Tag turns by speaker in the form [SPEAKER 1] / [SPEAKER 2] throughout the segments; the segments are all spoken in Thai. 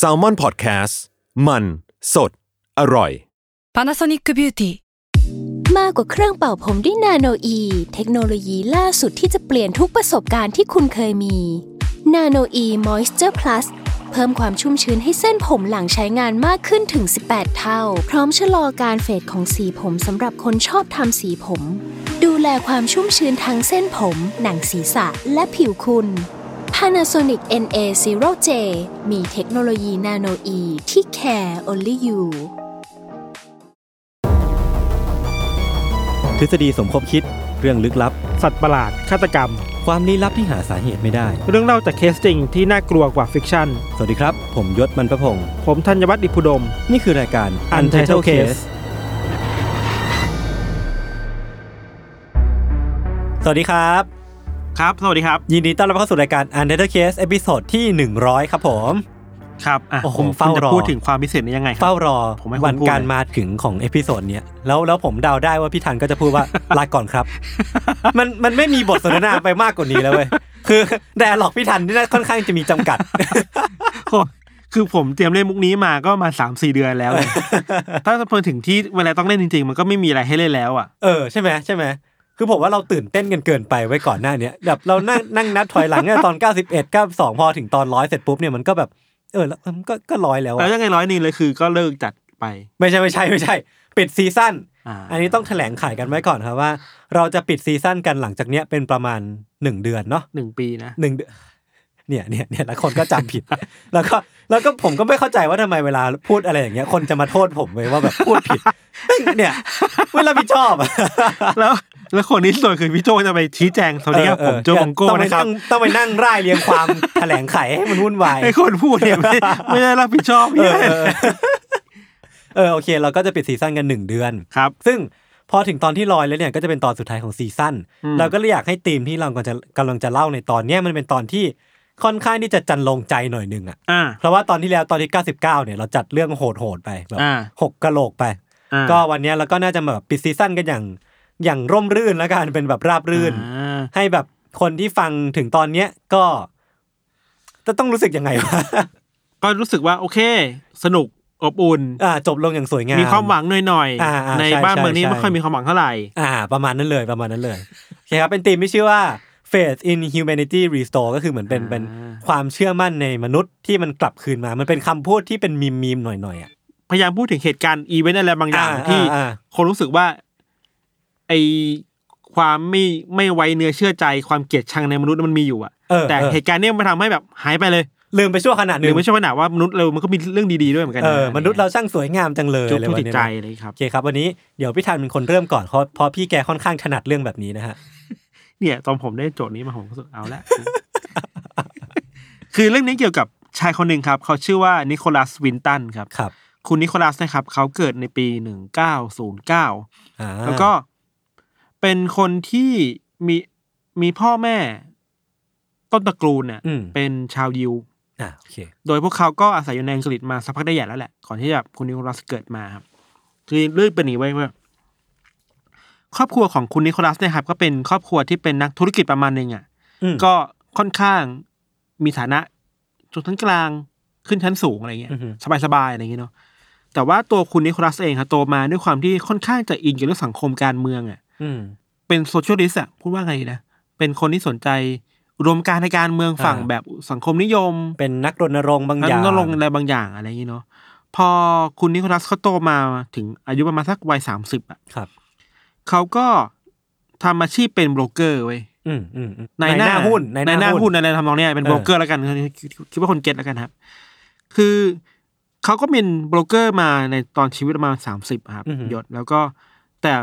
[SPEAKER 1] s a l ม o n PODCAST มันสดอร่อย
[SPEAKER 2] Panasonic Beauty
[SPEAKER 3] มากกว่าเครื่องเป่าผมด้วยนาโนอีเทคโนโลยีล่าสุดที่จะเปลี่ยนทุกประสบการณ์ที่คุณเคยมีนาโนอีมอยส์เจอร์พลัสเพิ่มความชุ่มชื้นให้เส้นผมหลังใช้งานมากขึ้นถึง 18 เท่า พร้อมชะลอการเฟดของสีผมสำหรับคนชอบทำสีผม ดูแลความชุ่มชื้นทั้งเส้นผม หนังศีรษะและผิวคุณ Panasonic NA0J มีเทคโนโลยีนาโนอีที่ care only you
[SPEAKER 4] ทฤษฎีสมคบคิดเรื่องลึกลับ
[SPEAKER 5] สัตว์ประหลาด ฆาตกรรม
[SPEAKER 4] ความลี้ลับที่หาสาเหตุไม่ได้
[SPEAKER 5] เรื่องเล่าจากเคสจริงที่น่ากลัวกว่าฟิกชั่น
[SPEAKER 4] สวัสดีครับ ผมยศมันประพงศ์
[SPEAKER 5] ผมธัญวัฒน์อิพุดม
[SPEAKER 4] นี่คือรายการ
[SPEAKER 5] Untitled Case
[SPEAKER 4] สวัสดีครับ
[SPEAKER 5] ครับ สวัสดีครับ
[SPEAKER 4] ยินดีต้อนรับเข้าสู่รายการ Untitled Case ตอนที่ 100 ครับผม
[SPEAKER 5] ครับอ่ะ
[SPEAKER 4] โอ้โห
[SPEAKER 5] ผม
[SPEAKER 4] เฝ้ารอ
[SPEAKER 5] คุณจะพูดถึงความพิเศษนี้ยังไงครั
[SPEAKER 4] เฝ้ารอ
[SPEAKER 5] ผมไม่ควร
[SPEAKER 4] วัน
[SPEAKER 5] พูด
[SPEAKER 4] การมาถึงของเอพิโซดเนี้ยแล้วแล้วผมเดาได้ว่าพี่ทันก็จะพูดว่า ลาก่อนครับ มันมันไม่มีบทสนทนาไปมากกว่านี้แล้วเว้ยคือแต่หลอกพี่ทันนี่น่าค่อนข้างจะมีจำกัด
[SPEAKER 5] โอ้คือผมเตรียมเล่นมุกนี้มาก็มาสามสี่เดือนแล้วเลย ถ้าพอถึงที่เวลาต้องเล่นจริง ๆ มันก็ไม่มีอะไรให้เล่นแล้วอ่ะ
[SPEAKER 4] เออใช่ไหมใช่ไหมคือผมว่าเราตื่นเต้นกันเกินไปไว้ก่อนหน้าเนี้ยแบบเรานั่งนั่งนับถอยหลังเนี่ยต อน 91 92พอถึงตอนร้อยเสร็จปุ๊บเนี่ยมันก็แบบเออแล้วมันก็ก็ร้อยแล้วอะ
[SPEAKER 5] แล้วยังไงร้อยหนึ่งเลยคือก็เลิกจัดไป
[SPEAKER 4] ไม่ใช่ไม่ใช่ไม่ใช่ ปิดซีซั่น
[SPEAKER 5] อ่า
[SPEAKER 4] อันนี้ต้องแถลงขายกันไว้ก่อนครับว่า เราจะปิดซีซั่นกันหลังจากเนี้ยเป็นประมาณ 1 เดือนเนาะ
[SPEAKER 5] หนึ่งปีนะ
[SPEAKER 4] หนึ่งเดือนเนี่ยเนี่ยเนี่ยแล้วคนก็จำผิด แล้วก็แล้วก็ผมก็ไม่เข้าใจว่าทำไมเวลาพูดอะไรอย่างเงี้ยคนจะมาโทษผมเลยว่าแบบพูดผิด แม่งเนี่ยไม่รับผิดชอบอะ
[SPEAKER 5] แล้วแล้วคนที่สวยคือพี่โจจะไปชี้แจงสวัสดีครับ
[SPEAKER 4] เอ
[SPEAKER 5] ผ
[SPEAKER 4] อ
[SPEAKER 5] ม
[SPEAKER 4] เออ
[SPEAKER 5] โจมองโก้
[SPEAKER 4] ต้องไป
[SPEAKER 5] นะครับ
[SPEAKER 4] งต้องไปนั่งร่ายเรียง ความ แถลงไขให้มันวุ่นวาย
[SPEAKER 5] ไอ้คนพูดเนี่ยไม่ไม่ได้รับผิดชอบ
[SPEAKER 4] เอ
[SPEAKER 5] เนี่
[SPEAKER 4] อย เออเออโอเค เราก็จะปิดซีซั่นกันหนึ่งเดือน
[SPEAKER 5] ครับ
[SPEAKER 4] ซึ่งพอถึงตอนที่ลอยแล้วเนี่ยก็จะเป็นตอนสุดท้ายของซีซั่น
[SPEAKER 5] อืม
[SPEAKER 4] เราก็เลยอยากให้ธีมที่เรากำลังจะกำลังจะเล่าในตอนเนี้ยมันเป็นตอนที่ค่อนข้างที่จะจันลงใจหน่อยหนึ่งอ่ะ
[SPEAKER 5] อ่า
[SPEAKER 4] เพราะว่าตอนที่แล้วตอนที่ 99เนี่ยเราจัดเรื่องโหดๆไปแบบ
[SPEAKER 5] อ่า
[SPEAKER 4] หกกะโหลกไป
[SPEAKER 5] อ่า
[SPEAKER 4] ก็วันเนี้ยเราก็น่าจะแบบปิดซีซั่นกันอย่างอย่างร่มรื่นแล้วกันเป็นแบบราบรื่น
[SPEAKER 5] อ่า
[SPEAKER 4] ให้แบบคนที่ฟังถึงตอนเนี้ยก็จะต้องรู้สึกยังไงวะ
[SPEAKER 5] ก็รู้สึกว่าโอเค สนุกอบอุ่น
[SPEAKER 4] อ่าจบลงอย่างสวยงาม
[SPEAKER 5] มีความหวังหน่อย
[SPEAKER 4] อ่าอ่า
[SPEAKER 5] ใน
[SPEAKER 4] ใช่
[SPEAKER 5] บ้าน
[SPEAKER 4] ใช่
[SPEAKER 5] เมืองนี้
[SPEAKER 4] ใช่
[SPEAKER 5] ไม่ค่อยมีความหวังเท่าไหร่
[SPEAKER 4] อ่า ประมาณนั้นเลยประมาณนั้นเลยโอเคครับเป็นธีมที่ชื่อว่า faith in humanity restore ก็คือเหมือนเป็น
[SPEAKER 5] อ่า
[SPEAKER 4] เป็นความเชื่อมั่นในมนุษย์ที่มันกลับคืนมา มันเป็นคำพูดที่เป็นมีมมีมๆหน่อยหน่อยๆอ่ะ
[SPEAKER 5] พยายามพูดถึงเหตุการณ์อีเวนต์อะไรบางอย่าง
[SPEAKER 4] อ่า
[SPEAKER 5] ที่
[SPEAKER 4] อ่าอ่า
[SPEAKER 5] คนรู้สึกว่าไอความไม่ไม่ไว้เนื้อเชื่อใจความเกลียดชังในมนุษย์มันมีอยู่อะ
[SPEAKER 4] เออ
[SPEAKER 5] แต่
[SPEAKER 4] เออ
[SPEAKER 5] เหตุการณ์เนี้ยมันทำให้แบบหายไปเลย
[SPEAKER 4] ลืมไปชั่วขณะห
[SPEAKER 5] หรื
[SPEAKER 4] นึ่
[SPEAKER 5] อง ไม่ใช่ว่าหนาว่ามนุษย์เรามันก็มีเรื่องดีๆด้วยเหมือนกันะ
[SPEAKER 4] เออมนุษย์เราช่างสวยงามจังเลย
[SPEAKER 5] จุด
[SPEAKER 4] อะไร
[SPEAKER 5] ผู้
[SPEAKER 4] วะ
[SPEAKER 5] ติด
[SPEAKER 4] เนี่ย
[SPEAKER 5] ใจ
[SPEAKER 4] นะ
[SPEAKER 5] อะไรครับ
[SPEAKER 4] โอเคครับวันนี้เดี๋ยวพี่ธันเป็นคนเริ่มก่อนเพราะเพราะพี่แกค่อนข้างถนัดเรื่องแบบนี้นะฮะ
[SPEAKER 5] เนี่ย ตอนผมได้โจทย์นี้มาผมก็รู้สึกเอาละ คือเรื่องนี้เกี่ยวกับชายคนหนึ่งครับ เขาชื่อว่านิโคลัสวินตันครับ
[SPEAKER 4] ครับ
[SPEAKER 5] คุณนิโคลัสนะครับ เขาเกิดในปีหนึ่งเก้าศูนย์เก้า
[SPEAKER 4] อ่า
[SPEAKER 5] แล้วก็เป็นคนที่มีมีพ่อแม่ต้นตระกูลเนี่ย
[SPEAKER 4] อืม
[SPEAKER 5] เป็นชาวยิว
[SPEAKER 4] อ่าโอเค
[SPEAKER 5] โดยพวกเขาก็อาศัยอยู่ในอังกฤษมาสักพักได้ใหญ่แล้วแหละ ก่อนที่แบบคุณนิโคลัสเกิดมาครับ คือเรื่องเป็นอย่างนี้ไว้ว่า ครอบครัวของคุณนิโคลัสเนี่ยครับ ก็เป็นครอบครัวที่เป็นนักธุรกิจประมาณหนึ่งอ่ะ
[SPEAKER 4] อืม
[SPEAKER 5] ก็ค่อนข้างมีฐานะจุดชั้นกลางขึ้นชั้นสูงอะไรเงี้ย
[SPEAKER 4] อือฮึ
[SPEAKER 5] สบายๆอะไรเงี้ยเนาะแต่ว่าตัวคุณนิโคลัสเองครับโตมาด้วยความที่ค่อนข้างจะอินกับเรื่องสังคมการเมืองอ่ะ
[SPEAKER 4] อืม
[SPEAKER 5] เป็นโซเชียลิสต์อะพูดว่าไงนะ เป็นคนที่สนใจอุดมการณ์ในการเมืองฝั่ง
[SPEAKER 4] อ่า
[SPEAKER 5] แบบสังคมนิยม
[SPEAKER 4] เป็นนักรณรงค์บางอย่าง
[SPEAKER 5] นลงค์อะไรบางอย่างอะไรอย่างนี้เนาะพอคุณนิโคลัสเขาโตมาถึงอายุประมาณสักวัยสามสิบอะ
[SPEAKER 4] ครับ
[SPEAKER 5] เขาก็ทำอาชีพเป็นโบรกเกอร์เว้ย
[SPEAKER 4] อืมอืมอืม
[SPEAKER 5] าย
[SPEAKER 4] หน้าหุ้น
[SPEAKER 5] ในายหน้าหุ้นอะไรทำนองเนี้ยเป็น
[SPEAKER 4] เออ
[SPEAKER 5] โบรกเกอร์แล้วกันคิดคิดว่าคนเก็ตแล้วกันครับ คือเขาก็เป็นโบรกเกอร์มาในตอนชีวิตประมาณสามสิบครับ
[SPEAKER 4] อือหือย
[SPEAKER 5] ศแล้วก็แต่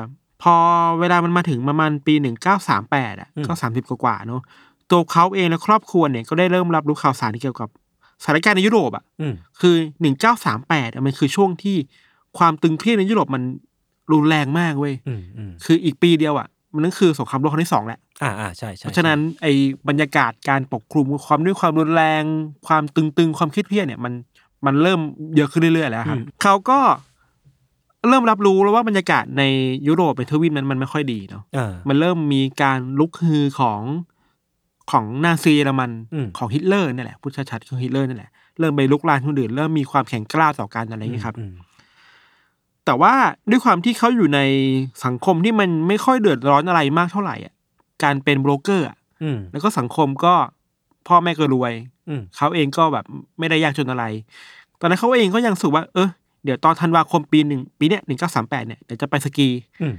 [SPEAKER 5] พอเวลามันมาถึงประมาณปีหนึ่งเก้าสามแปดอ่ะ
[SPEAKER 4] อืม
[SPEAKER 5] ก็สามสิบกว่าๆเนาะตัวเขาเองและครอบครัวเนี่ยก็ได้เริ่มรับรู้ข่าวสารเกี่ยวกับสถานการณ์ในยุโรปอ่ะ
[SPEAKER 4] อืม
[SPEAKER 5] คือหนึ่งเก้าสามแปดมันคือช่วงที่ความตึงเครียดในยุโรปมันรุนแรงมากเว้ย
[SPEAKER 4] อืมอืม
[SPEAKER 5] คืออีกปีเดียวอ่ะ มันนั่นคือสงครามโลกครั้งที่สองแหละ
[SPEAKER 4] อ่าอ่าใช่ใช่
[SPEAKER 5] เพราะฉะนั้นไอ้บรรยากาศการปกคลุมความด้วยความรุนแรง ความตึงๆ ความเครียดเพียดเนี่ยมันมันเริ่มเยอะขึ้นเรื่อยๆแล้วครับเขาก็เริ่มรับรู้แล้วว่าบรรยากาศในยุโรปในทวีปนั้นมันไม่ค่อยดีเนาะ
[SPEAKER 4] อ่า
[SPEAKER 5] มันเริ่มมีการลุกฮือของ ของนาซีเยอรมัน
[SPEAKER 4] อืม
[SPEAKER 5] ของฮิตเลอร์นี่แหละพูดชัดๆคือฮิตเลอร์นี่แหละเริ่มไปลุกลานคนอื่นเริ่มมีความแข็งกล้าวต่อกันอะไรอย่างเงี้ยครับ
[SPEAKER 4] อืม
[SPEAKER 5] แต่ว่าด้วยความที่เขาอยู่ในสังคมที่มันไม่ค่อยเดือดร้อนอะไรมากเท่าไหร่อ่ะการเป็นโบรกเกอร์อะ
[SPEAKER 4] อืม
[SPEAKER 5] แล้วก็สังคมก็พ่อแม่ก็รวย
[SPEAKER 4] อืม
[SPEAKER 5] เขาเองก็แบบไม่ได้ยากจนอะไร ตอนนั้นเขาเองก็ยังรู้สูว่า เออเดี๋ยวตอนธันวาคมปีหนึ่งปีเนี้ยหนึ่งเก้าสามแปดเนี่ยเดี๋ยวจะไปสกี
[SPEAKER 4] อืม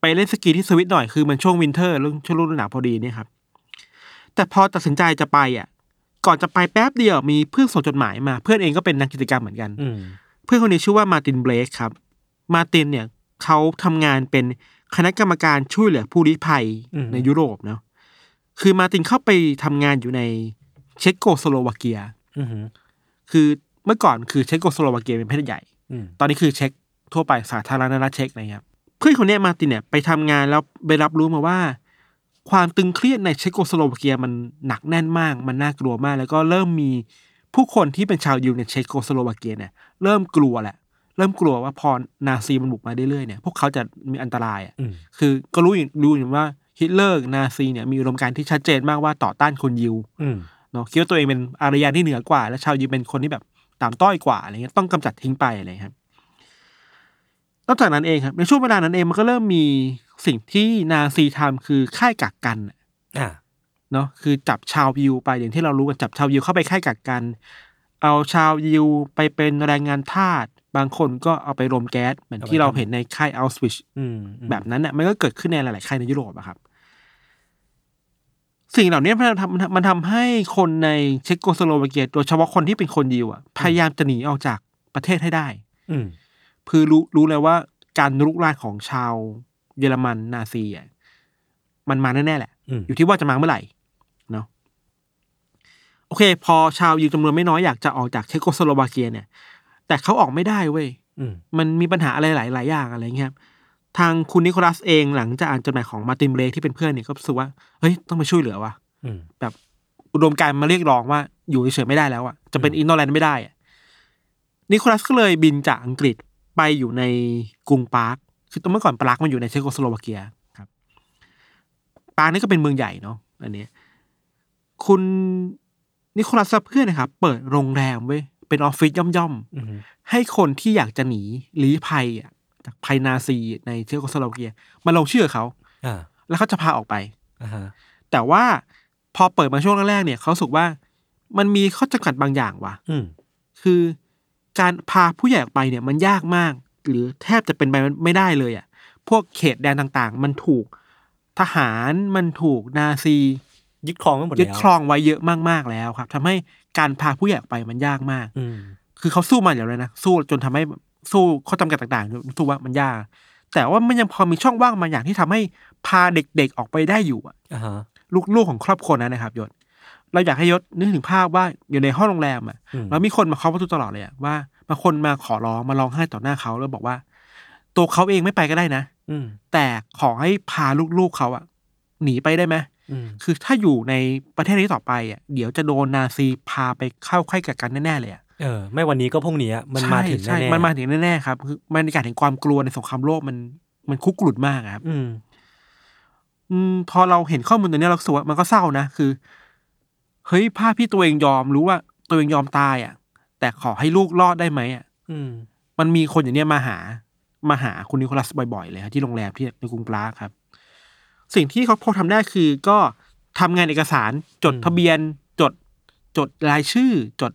[SPEAKER 5] ไปเล่นสกีที่สวิตหน่อยคือมันช่วงวินเทอร์เรื่องช่วงฤดูหนาวพอดีเนี่ยครับ แต่พอตัดสินใจจะไปอ่ะ ก่อนจะไปแป๊บเดียวมีเพื่อนส่งจดหมายมา เพื่อนเองก็เป็นนักกิจกรรมเหมือนกัน
[SPEAKER 4] อืม
[SPEAKER 5] เพื่อนคนนี้ชื่อว่ามาร์ตินเบลกครับ มาร์ตินเนี่ยเขาทำงานเป็นคณะกรรมการช่วยเหลือผู้ลี้ภัยในยุโรปเนาะคือมาร์ตินเข้าไปทำงานอยู่ในเช็กโกสโลวาเกีย
[SPEAKER 4] อืม
[SPEAKER 5] คือเมื่อก่อนคือเช็กโกสโลวาเกียเป็นประเทศใหญ่
[SPEAKER 4] อืม
[SPEAKER 5] ตอนนี้คือเช็กทั่วไปสาธารณรัฐเช็กนะครับ เพื่อนคนเนี้ยมาร์ตินเนี่ยไปทำงานแล้วไปรับรู้มาว่า ความตึงเครียดในเช็กโกสโลวาเกียมันหนักแน่นมาก มันน่ากลัวมาก แล้วก็เริ่มมีผู้คนที่เป็นชาวยิวในเช็กโกสโลวาเกียเนี่ยเริ่มกลัวแหละ เริ่มกลัวว่าพอนาซีมันบุกมาเรื่อยๆเนี่ยพวกเขาจะมีอันตรายอะ
[SPEAKER 4] อืม
[SPEAKER 5] คือก็รู้อยู่รู้อยู่ว่าฮิตเลอร์นาซีเนี่ยมีอุดมการณ์ที่ชัดเจนมากว่าต่อต้านคนยิว
[SPEAKER 4] อืม
[SPEAKER 5] เนาะคิดว่าตัวเองเป็นอารยานที่เหนือกว่า และชาวยิวเป็นคนที่แบบต่ำต้อยกว่าอะไรเงี้ยต้องกำจัดทิ้งไปอะไรครับนอกจากนั้นเองครับในช่วงเวลานั้นเองมันก็เริ่มมีสิ่งที่นาซีทำคือค่ายกักกันน่ะ
[SPEAKER 4] อ่า
[SPEAKER 5] เนาะคือจับชาวยิวไปอย่างที่เรารู้กันจับชาวยิวเข้าไปค่ายกักกัน เอาชาวยิวไปเป็นแรงงานทาสบางคนก็เอาไปรมแก๊สเหมือนที่เราเห็นในค่ายอัลสวิช
[SPEAKER 4] อืมอืม
[SPEAKER 5] แบบนั้นน่ะมันก็เกิดขึ้นในหลาย ๆ ค่ายในยุโรปอะครับ สิ่งเหล่านี้มันทำมันทำมันทำให้คนในเช็กโกสโลวาเกียโดยเฉพาะคนที่เป็นคนยิวอะพยายามจะหนีออกจากประเทศให้ได้
[SPEAKER 4] อืม
[SPEAKER 5] คือรู้รู้เลยว่าการลุกลานของชาวเยอรมันนาซีอะมันมาแน่ ๆ แหละ
[SPEAKER 4] อืม
[SPEAKER 5] อยู่ที่ว่าจะมาเมื่อไหร่เนาะโอเค พอชาวยิวจำนวนไม่น้อยอยากจะออกจากเช็กโกสโลวาเกียเนี่ย แต่เขาออกไม่ได้เว้ย
[SPEAKER 4] อืม
[SPEAKER 5] มันมีปัญหาอะไรหลาย ๆ อย่างอะไรเงี้ยครับทางคุณนิโคลัสเองหลังจากอ่านจดหมายของมาร์ตินเบรกที่เป็นเพื่อนเนี่ยก็รู้สึกว่า เฮ้ย ต้องมาช่วยเหลือว่ะ
[SPEAKER 4] อืม
[SPEAKER 5] แบบอุดมการณ์มาเรียกร้องว่าอยู่เฉยๆไม่ได้แล้วอ่ะ จะเป็นอินโนแลนด์ไม่ได้อะนิโคลัสก็เลยบินจากอังกฤษไปอยู่ในกรุงปรากคือตอนเมื่อก่อนปรากมันอยู่ในเชโกสโลวาเกียครับปรากนี่ก็เป็นเมืองใหญ่เนาะอันเนี้ยคุณนิโคลัสและเพื่อนนะครับเปิดโรงแรมเว้ยเป็นออฟฟิศย่อมๆ
[SPEAKER 4] อืม
[SPEAKER 5] ให้คนที่อยากจะหนีลี้ภัยอะจากภัยนาซีในเชโกสโลวาเกียมาลงชื่อเขา
[SPEAKER 4] อ่า
[SPEAKER 5] แล้วเขาจะพาออกไป
[SPEAKER 4] อ่าฮะ
[SPEAKER 5] แต่ว่าพอเปิดมาช่วงแรกๆเนี่ยเขารู้สุกว่ามันมีข้อจำกัดบางอย่างว่ะ
[SPEAKER 4] อืม
[SPEAKER 5] คือการพาผู้ใหญ่ออกไปเนี่ยมันยากมาก หรือแทบจะเป็นไปไม่ได้เลยอ่ะพวกเขตแดนต่างๆ มันถูกทหารมันถูกนาซี
[SPEAKER 4] ยึดครองไว้หมดแล้ว
[SPEAKER 5] ยึดครองไว้เยอะมากๆแล้วครับทำให้การพาผู้ใหญ่ออกไปมันยากมาก
[SPEAKER 4] อืม
[SPEAKER 5] คือเขาสู้มาอยู่แล้วนะสู้จนทำให้สู้ข้อจำกัดต่างๆรู้สึกว่ามันยาก แต่ว่ามันยังพอมีช่องว่างบางอย่างที่ทำให้พาเด็กๆออกไปได้อยู่อะ
[SPEAKER 4] อ่าฮะ
[SPEAKER 5] ลูกๆของครอบครัวนั้นนะครับยศเราอยากให้ยศนึกถึงภาพว่าอยู่ในห้องโรงแรมอะ
[SPEAKER 4] อืม
[SPEAKER 5] แล้วมีคนมาเคาะประตูตลอดเลยอะว่าบางคนมาขอร้องมาร้องไห้ต่อหน้าเขาแล้วบอกว่า ตัวเขาเองไม่ไปก็ได้นะ
[SPEAKER 4] อืม
[SPEAKER 5] แต่ขอให้พาลูกๆเขาอะหนีไปได้ไหม
[SPEAKER 4] อืม
[SPEAKER 5] คือถ้าอยู่ในประเทศนี้ต่อไปอะเดี๋ยวจะโดนนาซีพาไปเข้าค่ายกักกันแน่ๆเลยอะ
[SPEAKER 4] เออ ไม่วันนี้ก็พรุ่งนี้อะมันมาถึง
[SPEAKER 5] ใช่
[SPEAKER 4] แน่
[SPEAKER 5] ใช่
[SPEAKER 4] ๆ
[SPEAKER 5] มันมาถึงแน่ๆครับ คือบรรยากาศแห่งความกลัวในสงครามโลกมันมันคุกกรุ่นมากอะครับ
[SPEAKER 4] อืม
[SPEAKER 5] อืมพอเราเห็นข้อมูลตัวเนี้ยเรารู้สกวามันก็เศร้านะ คือ เฮ้ยภาพที่ตัวเองยอมรู้ว่าตัวเองยอมตายอ่ะ แต่ขอให้ลูกรอดได้ไหมอ่ะ
[SPEAKER 4] อืม
[SPEAKER 5] มันมีคนอย่างเนี้ยมาหา มาหาคุณนิโคลัสบ่อยๆเลยครับที่โรงแรมที่ในกรุงปรากครับ สิ่งที่เขาพอทำได้คือก็ทำงานเอกสารจดทะเบียน จดจดรายชื่อ จด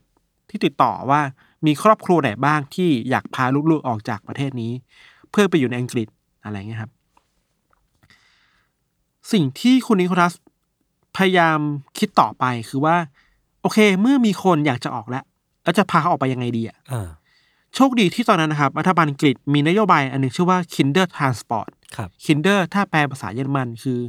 [SPEAKER 5] ที่ติดต่อว่ามีครอบครัวไหนบ้างที่อยากพาลูกๆออกจากประเทศนี้ เพื่อไปอยู่ในอังกฤษอะไรเงี้ยครับ สิ่งที่คุณนิโคลัสพยายามคิดต่อไปคือว่า โอเค เมื่อมีคนอยากจะออกแล้วแล้วจะพาเขาออกไปยังไงดีอะ
[SPEAKER 4] อ่า
[SPEAKER 5] โชคดีที่ตอนนั้นนะครับ รัฐบาลอังกฤษมีนโยบายอันหนึงชื่อว่า Kinder Transport
[SPEAKER 4] ครับ
[SPEAKER 5] Kinder ถ้าแปลภาษาเยอรมันคือ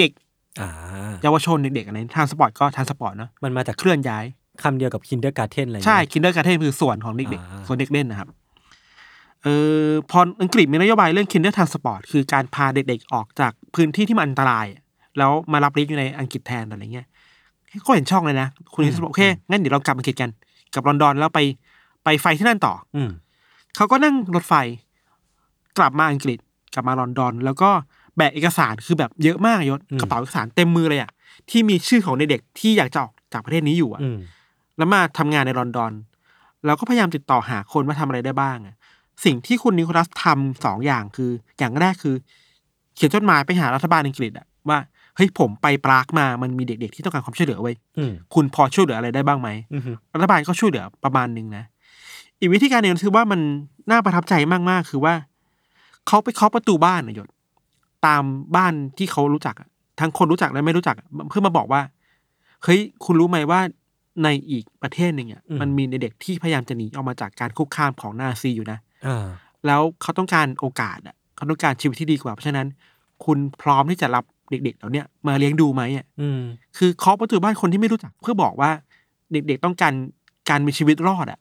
[SPEAKER 5] เด็ก
[SPEAKER 4] อ่า
[SPEAKER 5] ๆ เยาวชนเด็กๆอะไร Transport ก็ Transport เนอะ
[SPEAKER 4] มันมาจาก
[SPEAKER 5] เคลื่อนย้าย
[SPEAKER 4] คำเดียวกับ kindergarten อะไรอย่าง
[SPEAKER 5] ใช่
[SPEAKER 4] เงี้ย
[SPEAKER 5] Kinder Garden คือส่วนของเด็ก
[SPEAKER 4] อ่า
[SPEAKER 5] ๆ ส่วนเด็กเล่นนะครับ เออพออังกฤษมีนโยบายเรื่อง Kinder Transport คือการพาเด็กๆ ออกจากพื้นที่ที่มันอันตราย แล้วมารับเลี้ยงอยู่ในอังกฤษแทนอะไรเงี้ยก็เห็นช่องเลยนะ คุณนิสบอกโอเค งั้นเดี๋ยวเรากลับอังกฤษกัน กลับลอนดอนแล้วไปไปไฟที่นั่นต่อ
[SPEAKER 4] อืม
[SPEAKER 5] เขาก็นั่งรถไฟ กลับมาอังกฤษกลับมาลอนดอน แล้วก็ แบกเอกสารคือแบบเยอะมากยศ
[SPEAKER 4] อืม
[SPEAKER 5] กระเป๋าเอกสารเต็มมือเลยอ่ะที่มีชื่อของเด็กๆที่อยากจะออกจากประเทศนี้อยู่อ่ะ
[SPEAKER 4] อืม
[SPEAKER 5] แล้วมาทำงานในลอนดอน เราก็พยายามติดต่อหาคนว่าทำอะไรได้บ้างอะสิ่งที่คุณนิโคลัสทำสองอย่างคือ อย่างแรกคือ เขียนจดหมายไปหารัฐบาลอังกฤษอะว่าเฮ้ยผมไปปรากมามันมีเด็กๆที่ต้องการความช่วยเหลือไว้ย
[SPEAKER 4] อืม
[SPEAKER 5] คุณพอช่วยเหลืออะไรได้บ้างไหม
[SPEAKER 4] อืม
[SPEAKER 5] รัฐบาลก็ช่วยเหลือประมาณหนึ่งนะ อีกวิธีการหนึ่งคือว่ามันน่าประทับใจมากๆ คือว่า เขาไปเคาะประตูบ้านนะหยศตามบ้านที่เขารู้จักอะทั้งคนรู้จักและไม่รู้จักอะเพื่อมาบอกว่าเฮ้ยคุณรู้ไหมว่าในอีกประเทศหนึ่งอ่ะมันมีเด็กๆที่พยายามจะหนีออกมาจากการคุกคามของนาซีอยู่นะ
[SPEAKER 4] อ่า
[SPEAKER 5] แล้วเขาต้องการโอกาสอ่ะเขาต้องการชีวิตที่ดีกว่าเพราะฉะนั้น คุณพร้อมที่จะรับเด็ก ๆ เหล่าเนี้ยมาเลี้ยงดูไหมอ่ะ
[SPEAKER 4] อืม
[SPEAKER 5] คือเคาะประตูบ้านคนที่ไม่รู้จักเพื่อบอกว่า เด็กๆต้องการการมีชีวิตรอดอะ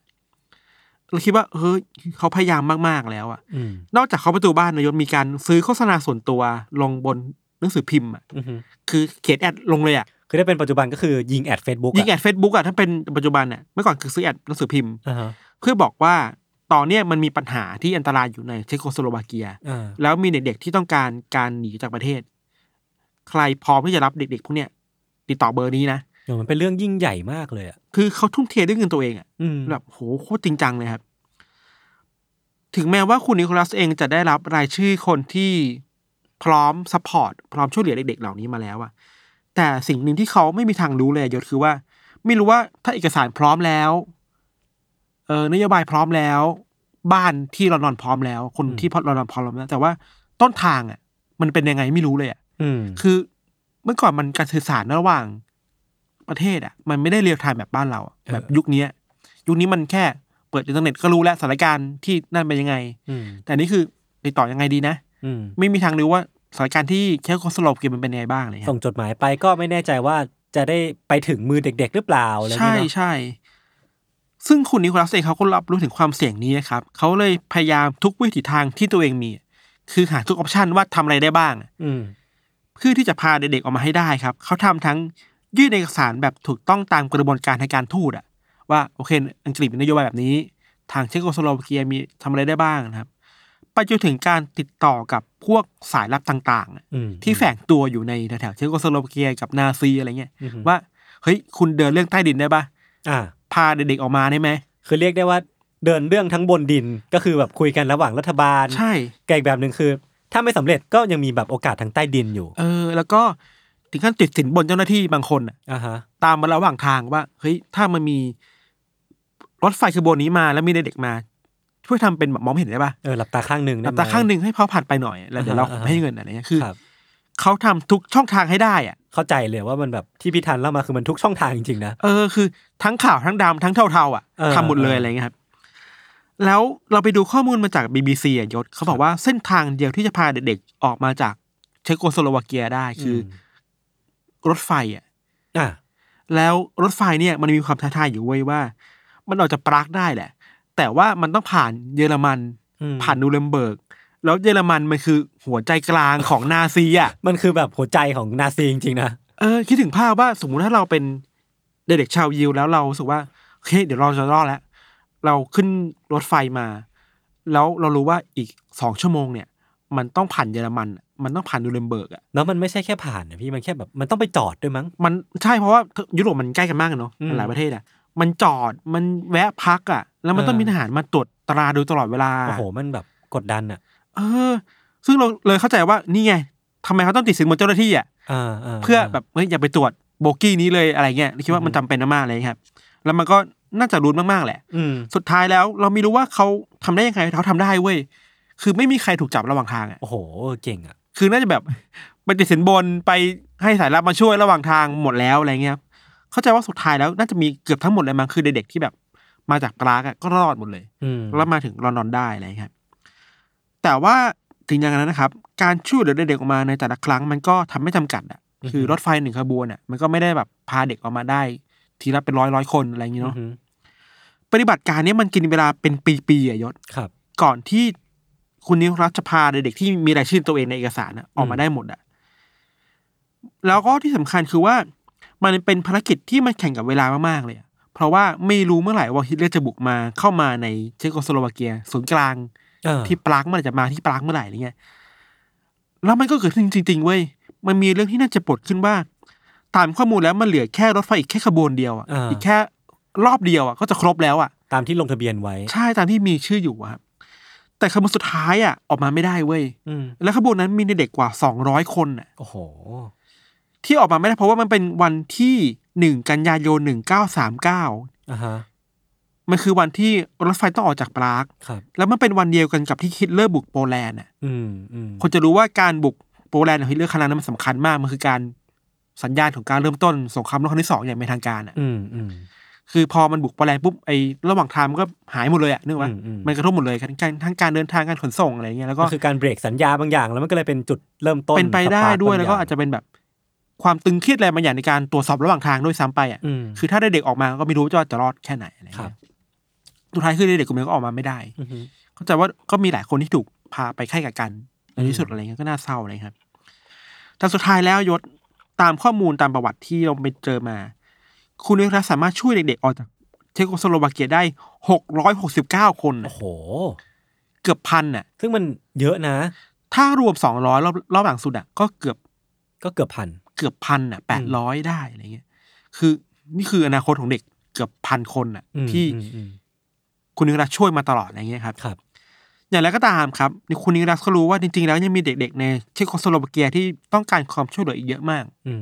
[SPEAKER 5] เราคิดว่าเฮ้ยเขาพยายามมากๆแล้วอะ
[SPEAKER 4] อืม
[SPEAKER 5] นอกจากเคาะประตูบ้านนายศมีการซื้อโฆษณาส่วนตัวลงบนหนังสือพิมพ์อะ
[SPEAKER 4] อืม
[SPEAKER 5] คือเขียนแอดลงเลยอะ
[SPEAKER 4] คือถ้าเป็นปัจจุบันก็คือยิงแอดเฟซบุ๊ก
[SPEAKER 5] ยิงแอดเฟซบุ๊กอะถ้าเป็นปัจจุบันอะเมื่อก่อนคือซื้อแอดหนังสือพิมพ์
[SPEAKER 4] อ่าฮะ
[SPEAKER 5] เพื่อบอกว่าตอนเนี้ยมันมีปัญหาที่อันตรายอยู่ในเชโกสโลวาเกีย
[SPEAKER 4] อ่า
[SPEAKER 5] แล้วมีเด็กๆที่ต้องการการหนีจากประเทศ ใครพร้อมที่จะรับเด็กๆพวกเนี้ยติดต่อเบอร์นี้นะ
[SPEAKER 4] เดี๋ยวมันเป็นเรื่องยิ่งใหญ่มากเลยอ่ะ
[SPEAKER 5] คือเขาทุ่มเทด้วยเงินตัวเองอะ
[SPEAKER 4] อืม
[SPEAKER 5] แบบโหโคตรจริงจังเลยครับ ถึงแม้ว่าคุณนิโคลัสเองจะได้รับรายชื่อคนที่พร้อมซัพพอร์ตพร้อมช่วยเหลือเด็กๆเหล่านี้มาแล้วอะแต่สิ่งหนึ่งที่เขาไม่มีทางรู้เลยอะยศคือว่า ไม่รู้ว่าถ้าเอกสารพร้อมแล้ว เออนโยบายพร้อมแล้ว บ้านที่ลอนดอนพร้อมแล้ว คนที่พอลอนดอนพร้อมแล้ว แต่ว่าต้นทางอะมันเป็นยังไงไม่รู้เลยอะ
[SPEAKER 4] อืม
[SPEAKER 5] คือเมื่อก่อนมันการสื่อสารระหว่างประเทศอ่ะ มันไม่ได้เรียลไทม์แบบบ้านเราอะแบบยุคเนี้ยยุคนี้มันแค่เปิดอินเทอร์เน็ตก็รู้แล้วสถานการณ์ที่นั่นเป็นยังไง
[SPEAKER 4] อืม
[SPEAKER 5] แต่นี่คือติดต่อยังไงดีนะ
[SPEAKER 4] อืม
[SPEAKER 5] ไม่มีทางรู้ว่าสถานการณ์ที่แค่คนสลบกินมันเป็นยังไงบ้างเลยครับ
[SPEAKER 4] ส่งจดหมายไปก็ไม่แน่ใจว่าจะได้ไปถึงมือเด็ก ๆ หรือเปล่าอะไรอย่าง
[SPEAKER 5] ใช่
[SPEAKER 4] เงี้ยเนอะ
[SPEAKER 5] ใช่ ซึ่งคุณนิโคลัสเองเขาก็รับรู้ถึงความเสี่ยงนี้นะครับ เขาเลยพยายามทุกวิถีทางที่ตัวเองมี คือหาทุกออปชันว่าทำอะไรได้บ้าง
[SPEAKER 4] อืม
[SPEAKER 5] เพื่อที่จะพาเด็กๆออกมาให้ได้ครับ เขาทำทั้งยื่นเอกสารแบบถูกต้องตามกระบวนการทางการทูตอะว่าโอเค อังกฤษมีนโยบายแบบนี้ ทางเชโกสโลวาเกียมีทำอะไรได้บ้างนะครับ ไปจนถึงการติดต่อกับพวกสายลับต่างๆอะ
[SPEAKER 4] อืม
[SPEAKER 5] ที่แฝงตัวอยู่ในแถวๆเชโกสโลวาเกียกับนาซีอะไรเงี้ย
[SPEAKER 4] อือฮึ
[SPEAKER 5] ว่าเฮ้ยคุณเดินเรื่องใต้ดินได้ปะ
[SPEAKER 4] อ่า
[SPEAKER 5] พาเด็กๆออกมาได้ไหม
[SPEAKER 4] คือเรียกได้ว่าเดินเรื่องทั้งบนดินก็คือแบบคุยกันระหว่างรัฐบาล
[SPEAKER 5] ใช่
[SPEAKER 4] กับอีกแบบหนึ่งคือ ถ้าไม่สำเร็จก็ยังมีแบบโอกาสทางใต้ดินอยู่
[SPEAKER 5] เออ แล้วก็ถึงขั้นติดสินบนเจ้าหน้าที่บางคนอะ
[SPEAKER 4] อ่าฮะ
[SPEAKER 5] ตามมาระหว่างทางว่าเฮ้ยถ้ามันมีรถไฟขบวนนี้มาแล้วมีเด็กๆมา ช่วยทำเป็นแบบมองไม่เห็นได้ปะ
[SPEAKER 4] เออหลับตาข้างหนึ่ง
[SPEAKER 5] ห
[SPEAKER 4] ได้
[SPEAKER 5] ลับ
[SPEAKER 4] ไม
[SPEAKER 5] ตาข้างหนึ่งให้เขาผ่านไปหน่อย แล้วเดี๋ยวเรา
[SPEAKER 4] อ่าฮะ
[SPEAKER 5] ให้เงินอะไรเงี้ยคือ
[SPEAKER 4] ครับ
[SPEAKER 5] เขาทำทุกช่องทางให้ได้อ่ะ
[SPEAKER 4] เข้าใจเลยว่ามันแบบที่พี่ทันเล่ามาคือมันทุกช่องทางจริงๆนะ
[SPEAKER 5] เออคือทั้งข่าวทั้งดำทั้งเทาๆอ่ะ
[SPEAKER 4] เออ
[SPEAKER 5] ทำหมดเลยอะไรเงี้ยครับแล้วเราไปดูข้อมูลมาจาก BBC อ่ะยศเขาบอกว่าเส้นทางเดียวที่จะพาเด็กๆออกมาจากเชโกสโลวาเกียได้คืออรถไฟอ่ะ
[SPEAKER 4] อ่ะ
[SPEAKER 5] แล้วรถไฟเนี่ยมันมีความท้าทายอยู่เว้ยว่า มันออกจากปรากได้แหละ แต่ว่ามันต้องผ่านเยอรมัน
[SPEAKER 4] อืม
[SPEAKER 5] ผ่านนูเรมเบิร์ก แล้วเยอรมันมันคือหัวใจกลางของนาซีอ่ะ
[SPEAKER 4] มันคือแบบหัวใจของนาซีจริงๆนะ
[SPEAKER 5] เออคิดถึงภาพว่าสมมุติถ้าเราเป็นเด็กๆชาวยิวแล้วเรารู้สึกว่าโอเคเดี๋ยวเราจะรอดแล้ว เราขึ้นรถไฟมา แล้วเรารู้ว่าอีกสองชั่วโมงเนี่ย มันต้องผ่านเยอรมันอะมันต้องผ่านนูเรมเบิร์กอ่ะ
[SPEAKER 4] แล้วมันไม่ใช่แค่ผ่านนะพี่มันแค่แบบมันต้องไปจอดด้วยมั้ง
[SPEAKER 5] มันใช่เพราะว่ายุโรปมันใกล้กันมากอะเนาะ
[SPEAKER 4] อืม
[SPEAKER 5] หลายประเทศอ่ะ มันจอดมันแวะพักอ่ะ แล้วมัน
[SPEAKER 4] เออ
[SPEAKER 5] ต้องมีทหารมาตรวจตราดูตลอดเวลา
[SPEAKER 4] โอ้โหมันแบบกดดันอ่ะ
[SPEAKER 5] เออ ซึ่งเราเลยเข้าใจว่านี่ไงทำไมเขาต้องติดสินบนเจ้าหน้าที่อ่ะ
[SPEAKER 4] อ่าา
[SPEAKER 5] เพื่อแบบเฮ้ยอย่าไปตรวจโบกี้นี้เลยอะไรเงี้ยคิดว่ามันจำเป็นมากๆเลยครับ แล้วมันก็น่าจะรุนมากๆแหละ
[SPEAKER 4] อืม
[SPEAKER 5] สุดท้ายแล้วเราไม่รู้ว่าเขาทำได้ยังไงเขาทำได้เว้ยคือไม่มีใครถูกจับระหว่างทางอ่ะ
[SPEAKER 4] โอ้โหเก่งอ่ะ
[SPEAKER 5] คือน่าจะแบบ ไปติดสินบนไปให้สายลับมาช่วยระหว่างทางหมดแล้วอะไรเงี้ยครับเข้าใจว่าสุดท้ายแล้วน่าจะมีเกือบทั้งหมดเลยมั้งคือเด็กๆที่แบบ มาจากปรากอะก็รอดหมดเลย
[SPEAKER 4] อืม
[SPEAKER 5] แล้วมาถึงลอนดอนได้อะไรเงี้ยครับแต่ว่าถึงอย่างนั้นนะครับ การช่วยเหลือเด็กๆออกมาในแต่ละครั้งมันก็ทำไม่จำกัดอะคือรถไฟหนึ่งขบวนอะมันก็ไม่ได้แบบพาเด็กออกมาได้ ทีละเป็นร้อยร้อยๆคนอะไรอย่างงี้เนาะ
[SPEAKER 4] อือฮึ
[SPEAKER 5] ปฏิบัติการเนี้ยมันกินเวลาเป็นปีๆอะยศ
[SPEAKER 4] ครับ
[SPEAKER 5] ก่อนที่คุณนิรัชพาเด็กๆที่มีรายชื่อตัวเองในเอกสารน่ะออกมาได้หมดอะแล้วก็ที่สำคัญคือว่า มันเป็นภารกิจที่มันแข่งกับเวลามากๆเลยอะเพราะว่าไม่รู้เมื่อไหร่ว่าฮิตเลอร์จะบุกมาเข้ามาในเชโกสโลวาเกียศูนย์กลาง
[SPEAKER 4] เออ
[SPEAKER 5] ที่ปรากเมื่อไหร่จะมาที่ปรากเมื่อไหร่อะไรเงี้ย แล้วมันก็เกิดขึ้นจริงๆเว้ยมันมีเรื่องที่น่าจะปลดขึ้นว่า ตามข้อมูลแล้วมันเหลือแค่รถไฟอีกแค่ขบวนเดียวอ่ะ
[SPEAKER 4] อ่า
[SPEAKER 5] อีกแค่รอบเดียวอ่ะก็จะครบแล้วอ่ะ
[SPEAKER 4] ตามที่ลงทะเบียนไว้
[SPEAKER 5] ใช่ตามที่มีชื่ออยู่อะครับแต่ขบวนสุดท้ายอ่ะออกมาไม่ได้เว้ย
[SPEAKER 4] อืม
[SPEAKER 5] แล้วขบวนนั้นมีเด็กกว่าสองร้อยคนน่ะ
[SPEAKER 4] โอ้โห
[SPEAKER 5] ที่ออกมาไม่ได้เพราะว่ามันเป็นวันที่หนึ่งกันยายนหนึ่งเก้าสามเก้า
[SPEAKER 4] อ่าฮะ
[SPEAKER 5] มันคือวันที่รถไฟต้องออกจากปราก
[SPEAKER 4] ครับ
[SPEAKER 5] แล้วมันเป็นวันเดียวกันกับที่ฮิตเลอร์บุกโปแลนด์อ่ะ
[SPEAKER 4] อืมอืม
[SPEAKER 5] คนจะรู้ว่าการบุกโปแลนด์ของฮิตเลอร์ครั้งนั้นมันสำคัญมากมันคือการสัญญาณของการเริ่มต้นสงครามโลกครั้งที่สองอย่างเป็นทางการอ่ะ
[SPEAKER 4] อืมอืม
[SPEAKER 5] คือพอมันบุกโปแลนด์ปุ๊บไอ้ระหว่างทางมันก็หายหมดเลยอ่ะนึกว่า
[SPEAKER 4] อืมอืม
[SPEAKER 5] มันกระทบหมดเลยทั้งการทั้งการเดินทางการขนส่งอะไรอย่างเงี้ยแล้ว
[SPEAKER 4] ก็
[SPEAKER 5] ก็
[SPEAKER 4] คือการเบรกสัญญาบางอย่าง แล้วมันก็เลยเป็นจุดเริ่มต้น
[SPEAKER 5] เป็นไปได้
[SPEAKER 4] สตร์ท
[SPEAKER 5] ด้วย
[SPEAKER 4] บง
[SPEAKER 5] แล้วก็
[SPEAKER 4] ย่ง
[SPEAKER 5] อาจจะเป็นแบบความตึงเครียดอะไรบางอย่างในการตรวจสอบระหว่างทางด้วยซ้ำไปอ่ะ
[SPEAKER 4] อืม
[SPEAKER 5] คือถ้าได้เด็กออกมาก็ไม่รู้ว่าจะรอดแค่ไหนอะไร
[SPEAKER 4] ครั
[SPEAKER 5] เงี้
[SPEAKER 4] บ
[SPEAKER 5] ยสุดท้ายคือเด็กกลุ่มนี้ก็ออกมาไม่ได้
[SPEAKER 4] อือฮึ
[SPEAKER 5] เข้าใจว่าก็มีหลายคนที่ถูกพาไปไข้กับกันในที่สุด
[SPEAKER 4] อืม
[SPEAKER 5] อะไรเงี้ยก็น่าเศร้าเลยครับแต่สุดท้ายแล้วยศตามข้อมูลตามประวัติที่เราไปเจอมา คุณนิรัสสามารถช่วยเด็กๆออกจากเชโกสโลวาเกียได้หกร้อยหกสิบเก้าคนน่ะ
[SPEAKER 4] โอ้โห
[SPEAKER 5] เกือบพันน่ะ
[SPEAKER 4] ซึ่งมันเยอะนะ
[SPEAKER 5] ถ้ารวมสองร้อยรอบรอบหลังสุดอ่ะก็เกือบ
[SPEAKER 4] ก็เกือบพัน
[SPEAKER 5] เกือบพันอ่ะแปดร้อยได้อะไรเงี้ย คือนี่คืออนาคตของเด็กเกือบพันคนอ่ะ
[SPEAKER 4] อืม
[SPEAKER 5] ที่
[SPEAKER 4] อืมอืม
[SPEAKER 5] คุณนิรัสช่วยมาตลอดอะไรเงี้ยครับ
[SPEAKER 4] ครับ
[SPEAKER 5] อย่างไรก็ตามครับนี่คุณนิรัสก็รู้ว่าจริงๆแล้วยังมีเด็กๆในเชโกสโลวาเกียที่ต้องการความช่วยเหลืออีกเยอะมาก
[SPEAKER 4] อืม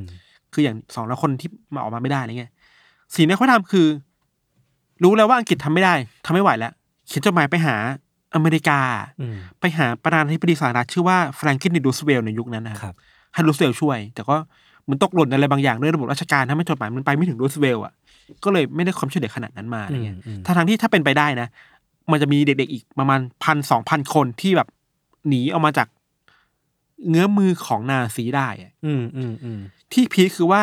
[SPEAKER 5] คืออย่างสองละคนที่มาออกมาไม่ได้อะไรเงี้ยสิ่งที่เขาทำคือ รู้แล้วว่าอังกฤษทำไม่ได้ทำไม่ไหวแล้วเขียนจดหมายไปหาอเมริกา
[SPEAKER 4] อืม
[SPEAKER 5] ไปหาประธานาธิบดีสหรัฐชื่อว่าแฟรงกินดิรูสเวลในยุคนั้นนะครับ
[SPEAKER 4] ครับ
[SPEAKER 5] ให้รูสเวลช่วย แต่ก็เหมันตกหล่นอะไรบางอย่างด้วยระบบราชการทำให้จดหมายมันไปไม่ถึงรูสเวลอ่ะก็เลยไม่ได้ความช่วยเหลือขนาดนั้นมาอะไรเงี้ย
[SPEAKER 4] อืมอืม
[SPEAKER 5] ถ้าทางที่ถ้าเป็นไปได้นะ มันจะมีเด็กๆอีกประมาณพันสองพันคนที่แบบหนีออกมาจากเงื้อมือของนาซีได้อะ
[SPEAKER 4] อืมอืมอืม
[SPEAKER 5] ที่พีคคือว่า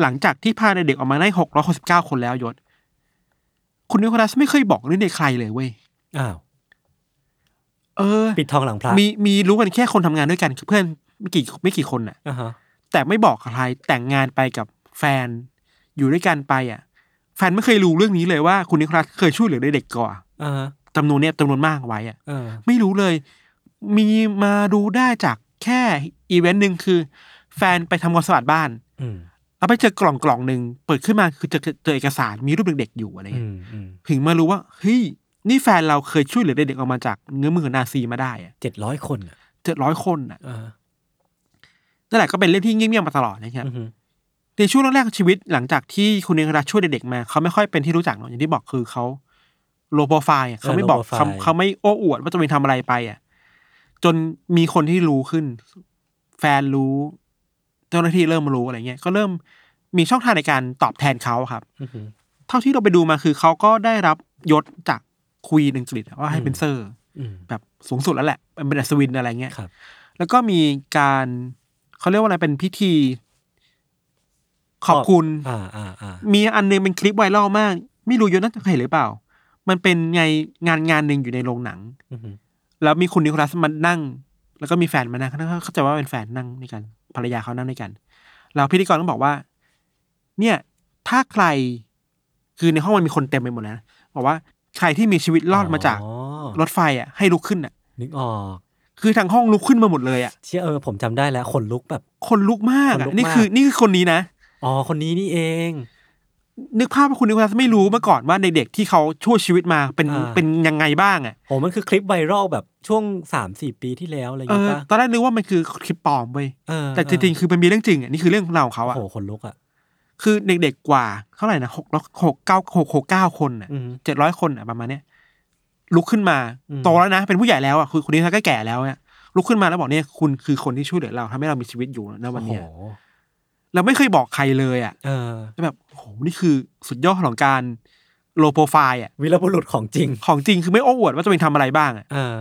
[SPEAKER 5] หลังจากที่พาเด็กๆออกมาได้หกร้อยหกสิบเก้าคนแล้วยศ คุณนิโคลัสไม่เคยบอกเรื่องใดใครเลยเว้ย
[SPEAKER 4] อ้าว
[SPEAKER 5] เออ
[SPEAKER 4] ปิดทองหลังพระ
[SPEAKER 5] มีมีรู้กันแค่คนทำงานด้วยกันคือเพื่อนไม่กี่ไม่กี่คนน่ะ
[SPEAKER 4] อ่าฮะ
[SPEAKER 5] แต่ไม่บอกใครแต่งงานไปกับแฟนอยู่ด้วยกันไปอ่ะ แฟนไม่เคยรู้เรื่องนี้เลยว่าคุณนิโคลัสเคยช่วยเหลือเด็กๆก่อน
[SPEAKER 4] อ่าฮะ
[SPEAKER 5] จำนวนเนี้ยจำนวนมากไว้อ่ะ
[SPEAKER 4] เออ
[SPEAKER 5] ไม่รู้เลย มีมารู้ได้จากแค่อีเวนต์หนึ่งคือ แฟนไปทำความสะอาดบ้าน
[SPEAKER 4] อืม
[SPEAKER 5] แล้วไปเจอกล่องกล่องหนึ่งเปิดขึ้นมาคือเจอเจอเอกสารมีรูปเด็กๆอยู่อะไร
[SPEAKER 4] อื
[SPEAKER 5] เงี้ย
[SPEAKER 4] มอืม
[SPEAKER 5] ถึงมารู้ว่าเฮ้ยนี่แฟนเราเคยช่วยเหลือเด็กๆออกมาจากเงื้อมือของนาซีมาได้อะ
[SPEAKER 4] เจ็ดร้อยคนอ่ะ
[SPEAKER 5] เจ็ดร้อยคนน่ะ
[SPEAKER 4] อ่า
[SPEAKER 5] นั่นแหละก็เป็นเรื่องที่เงียบๆมาตลอดนะครับ
[SPEAKER 4] อืม
[SPEAKER 5] ในช่วงแรกๆของชีวิตหลังจากที่คุณนิรัตช่วยเด็กๆมา เขาไม่ค่อยเป็นที่รู้จักเนอะอย่างที่บอกคือเขาโลโปรไฟล์อะเขาไม่บอกเขาเขาไม่โอ้อวดว่าตัวเองทำอะไรไปอ่ะ จนมีคนที่รู้ขึ้น แฟนรู้ เจ้าหน้าที่เริ่มรู้อะไรเงี้ยก็เริ่มมีช่องทางในการตอบแทนเขาอะครับ
[SPEAKER 4] อืม
[SPEAKER 5] เท่าที่เราไปดูมาคือเขาก็ได้รับยศจากคุยอังกฤษว่าให้เป็นเซอร์
[SPEAKER 4] อืม
[SPEAKER 5] แบบสูงสุดแล้วแหละเป็นอัศวินอะไรเงี้ย
[SPEAKER 4] ครับ
[SPEAKER 5] แล้วก็มีการเขาเรียกว่าอะไรเป็นพิธี ขอบคุณ
[SPEAKER 4] อ่าอ่าอ่า
[SPEAKER 5] มีอันหนึงเป็นคลิปไวรัลมาก ไม่รู้ยศน่าจะเคยเห็นหรือเปล่า มันเป็นไงงานงานหนึ่งอยู่ในโรงหนัง
[SPEAKER 4] อืม
[SPEAKER 5] แล้วมีคุณนิโคลัสมานั่ง แล้วก็มีแฟนมานั่งเขาเข้าใจว่าเป็นแฟนนั่งด้วยกันภรรยาเขานั่งด้วยกัน แล้วพิธีกรก็บอกว่า เนี่ย ถ้าใคร คือในห้องมันมีคนเต็มไปหมดแล้วนะบอกว่าใครที่มีชีวิตรอดมาจาก
[SPEAKER 4] อ๋อ
[SPEAKER 5] รถไฟอ่ะ ให้ลุกขึ้นอ่ะ
[SPEAKER 4] นึกออก
[SPEAKER 5] คือทางห้องลุกขึ้นมาหมดเลยอ่ะ
[SPEAKER 4] เชื่อเออผมจำได้แล้วขนลุกแบบ
[SPEAKER 5] คนลุกมาก
[SPEAKER 4] คนลุ
[SPEAKER 5] อะ
[SPEAKER 4] กมาก
[SPEAKER 5] นี่คือนี่คือคนนี้นะ
[SPEAKER 4] อ๋อคนนี้นี่เอง
[SPEAKER 5] นึกภาพว่าคุณนิโคลัสไม่รู้มาก่อนว่าในเด็กที่เขาช่วยชีวิตมาเป็น
[SPEAKER 4] อ่า
[SPEAKER 5] เป็นยังไงบ้างอ่ะ
[SPEAKER 4] โหมันคือคลิปไวรัลแบบช่วงสามสี่ปีที่แล้วอะไรอย่าง
[SPEAKER 5] เอ
[SPEAKER 4] เงี้
[SPEAKER 5] อย
[SPEAKER 4] ปะ
[SPEAKER 5] ตอนแรกนึกว่ามันคือคลิปปลอมเว้ย
[SPEAKER 4] เออ
[SPEAKER 5] แต่จริงๆคือมันมีเรื่องจริงอ่ะนี่คือเรื่องของเราวของเขา
[SPEAKER 4] โอ้
[SPEAKER 5] อ่ะ
[SPEAKER 4] โหขนลุกอ่ะ
[SPEAKER 5] คือเด็กๆกว่าเท่าไหร่นะหกหกเก้าหกหกเก้าคนอ่ะ
[SPEAKER 4] อืม
[SPEAKER 5] เจ็ดร้อยคนอ่ะประมาณเนี้ยลุกขึ้นมา
[SPEAKER 4] อืม
[SPEAKER 5] โตแล้วนะเป็นผู้ใหญ่แล้วอ่ะคือคุณนิโคลัสก็แก่แล้วเนี่ยลุกขึ้นมาแล้วบอกเนี่ยคุณคือคนที่ช่วยเหลือเราทำให้เรามีชีวิตอยู่ณวันเนี้ย
[SPEAKER 4] โอ้โห
[SPEAKER 5] เราไม่เคยบอกใครเลยอ่ะ
[SPEAKER 4] เออ
[SPEAKER 5] แล้วแบบโอ้โหนี่คือสุดยอดของการโลโปรไฟล์อ่ะ
[SPEAKER 4] วีรบุรุษของจริง
[SPEAKER 5] ของจริงคือไม่โอ้อวดว่าตัวเองทำอะไรบ้างอะ
[SPEAKER 4] เออ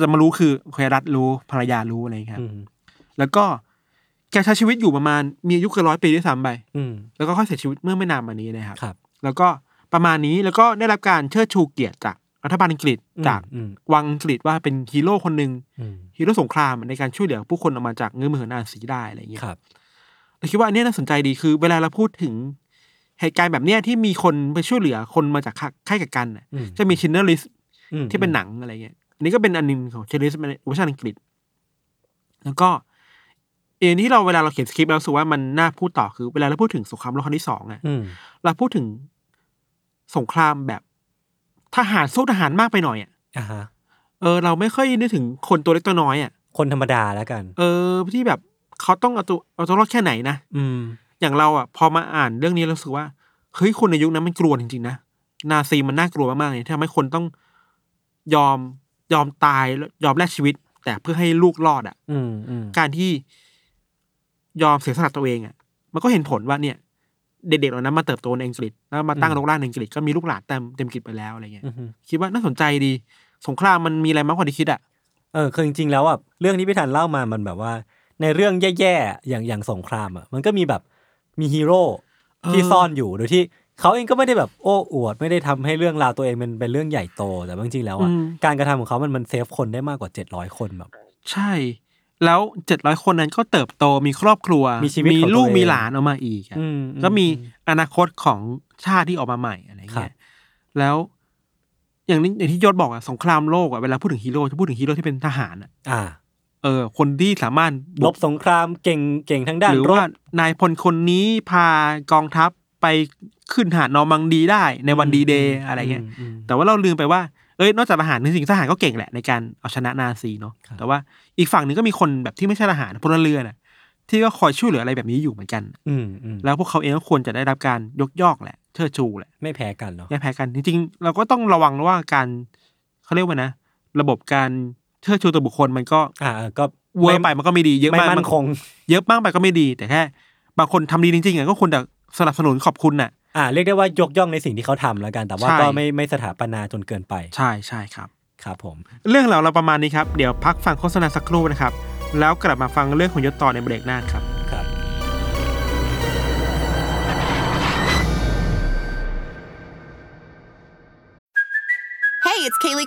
[SPEAKER 5] จะมารู้คือเคยรัฐรู้ภรรยารู้อะไรอย่างเงี้ยค
[SPEAKER 4] อื
[SPEAKER 5] รับ
[SPEAKER 4] ม
[SPEAKER 5] แล้วก็แกใช้ชีวิตอยู่ประมาณมีอายุเกินร้อยปีด้วยซ้ำไป
[SPEAKER 4] อืม
[SPEAKER 5] แล้วก็ค่อยเสียชีวิตเมื่อไม่นานมานี้นะครับ
[SPEAKER 4] ครับ
[SPEAKER 5] แล้วก็ประมาณนี้แล้วก็ได้รับการเชิดชูเกียรติจากรัฐบาลอังกฤษ
[SPEAKER 4] อืม
[SPEAKER 5] จาก
[SPEAKER 4] อืม
[SPEAKER 5] วังอังกฤษว่าเป็นฮีโร่คนหนึ่ง
[SPEAKER 4] อืม
[SPEAKER 5] ฮีโร่สงครามในการช่วยเหลือผู้คนออกมาจากเงื้อมือของนาซีได้อะไรอย่างเงี้ย
[SPEAKER 4] ครับ
[SPEAKER 5] เราคิดว่าอันเนี้ยน่าสนใจดีคือเวลาเราพูดถึงเหตุการณ์แบบเนี้ยที่มีคนไปช่วยเหลือคนมาจากค่าค่ายกักกันน่ะ
[SPEAKER 4] อืม
[SPEAKER 5] จะมีชินเนอร์ลิส
[SPEAKER 4] อืม
[SPEAKER 5] ที่เป็นหนังอะไรเงี้ย อันนี้ก็เป็นอันหนึงของเชลิสเวอร์ชันอังกฤษ แล้วก็ อีกอย่างที่เราเวลาเราเขียนสคริปต์เรารู้สึกว่ามันน่าพูดต่อคือเวลาเราพูดถึงสงครามโลกครั้งที่สองอะ
[SPEAKER 4] อืม
[SPEAKER 5] เราพูดถึงสงครามแบบทหารสู้ทหารมากไปหน่อยอ่ะ
[SPEAKER 4] อ่าฮะ
[SPEAKER 5] เออเราไม่ค่อยนึกถึงคนตัวเล็กตัวน้อยอ่ะ
[SPEAKER 4] คนธรรมดาแล้วกัน
[SPEAKER 5] เออที่แบบเขาต้องเอาตัวเอาตัวรอดแค่ไหนนะ
[SPEAKER 4] อืม
[SPEAKER 5] อย่างเราอ่ะพอมาอ่านเรื่องนี้เรารู้สึกว่าเฮ้ยคนในยุคนั้นมันกลัวจริงๆนะนาซีมันน่ากลัวมากๆเลยที่ทำให้คนต้องยอมยอมตายแล้วยอมแลกชีวิต แต่เพื่อให้ลูกรอดอ่ะ
[SPEAKER 4] อืมอืม
[SPEAKER 5] การที่ยอมเสียสละตัวเองอ่ะ มันก็เห็นผลว่าเนี่ย เด็กๆเหล่านั้นมาเติบโตในอังกฤษ แล้วมาตั้งรกรากในอังกฤษก็มีลูกหลานเต็มเต็มอังกฤษไปแล้วอะไรเงี้ย
[SPEAKER 4] อือฮึ
[SPEAKER 5] คิดว่าน่าสนใจดี สงครามมันมีอะไรมากกว่าที่คิดอ่ะ
[SPEAKER 4] เออคือจริงๆแล้วอ่ะเรื่องที่พี่ทันเล่ามามันแบบว่า ในเรื่องแย่ๆอย่างอย่างสงครามอ่ะมันก็มีแบบมีฮีโร่
[SPEAKER 5] เออ
[SPEAKER 4] ที่ซ่อนอยู่โดยที่เขาเองก็ไม่ได้แบบโอ้อวด ไม่ได้ทำให้เรื่องราวตัวเองเป็นเป็นเรื่องใหญ่โตแต่ว่าจริงๆแล้วอ่ะ
[SPEAKER 5] อืม
[SPEAKER 4] การกระทำของเขามันมันเซฟคนได้มากกว่า 700 คนแบบ
[SPEAKER 5] ใช่ แล้วเจ็ดร้อยคนนั้นก็เติบโตมีครอบครัว
[SPEAKER 4] มีชีวิตของตัวเอง
[SPEAKER 5] ลูกมีหลานออกมาอีกอะ
[SPEAKER 4] อือื
[SPEAKER 5] ก็มีอนาคตของชาติที่ออกมาใหม่อะไร
[SPEAKER 4] ครั
[SPEAKER 5] เงี้
[SPEAKER 4] บ
[SPEAKER 5] ยแล้วอย่างนี้อย่างที่ยศบอกอ่ะสงครามโลกอ่ะเวลาพูดถึงฮีโร่จะพูดถึงฮีโร่ที่เป็นทหารอ่ะ
[SPEAKER 4] อ่า
[SPEAKER 5] เออคนที่สามารถ
[SPEAKER 4] ล
[SPEAKER 5] บุ
[SPEAKER 4] บ
[SPEAKER 5] ก
[SPEAKER 4] สงครามเก่งเก่งทั้งด้าน
[SPEAKER 5] หรือ
[SPEAKER 4] ร
[SPEAKER 5] ว่า
[SPEAKER 4] บ
[SPEAKER 5] นายพลคนนี้พากองทัพไปขึ้นหาดนอร์มังดีได้ในวันดีเดย์อะไรเงี้ย
[SPEAKER 4] ม
[SPEAKER 5] แต่ว่าเราลืมไปว่า เอ้ย นอกจากทหารจริงๆทหารก็เก่งแหละในการเอาชนะนาซีเนาะ
[SPEAKER 4] ครับ
[SPEAKER 5] แต่ว่าอีกฝั่งหนึ่งก็มีคนแบบที่ไม่ใช่ทหารพลเรือนน่ะ ที่ก็คอยช่วยเหลืออะไรแบบนี้อยู่เหมือนกัน
[SPEAKER 4] อืมอืม
[SPEAKER 5] แล้วพวกเขาเองก็ควรจะได้รับการยกย่องแหละ เชิดชูแหละ
[SPEAKER 4] ไม่แพ้กันเนาะ
[SPEAKER 5] แยกแพ้กันจริงๆ เราก็ต้องระวังว่าการเขาเรียกว่านะ ระบบการเชิดชูตัวบุคคลมันก็
[SPEAKER 4] อ่าก็
[SPEAKER 5] เวอร์ไปมันก็ไม่ดีเยอะ
[SPEAKER 4] ไม่
[SPEAKER 5] มาก
[SPEAKER 4] มั่นคง
[SPEAKER 5] เยอะมากไปก็ไม่ดี แต่แค่บางคนทำดีจริงๆอ่ะก็ควรจะสนับสนุนขอบคุณน่ะ
[SPEAKER 4] อ่าเรียกได้ว่ายกย่องในสิ่งที่เขาทำแล้วกัน แต่ว่า
[SPEAKER 5] ใช่
[SPEAKER 4] ก็ไม่ไม่สถาปนาจนเกินไป
[SPEAKER 5] ใช่ใช่ครับ
[SPEAKER 4] ครับผม
[SPEAKER 5] เรื่องเราเราประมาณนี้ครับ เดี๋ยวพักฟังโฆษณาสักครู่นะครับ แล้วกลับมาฟังเรื่องของยศต่อในเบรกหน้าครับ
[SPEAKER 4] ครับ
[SPEAKER 6] Hey, it's Kaylee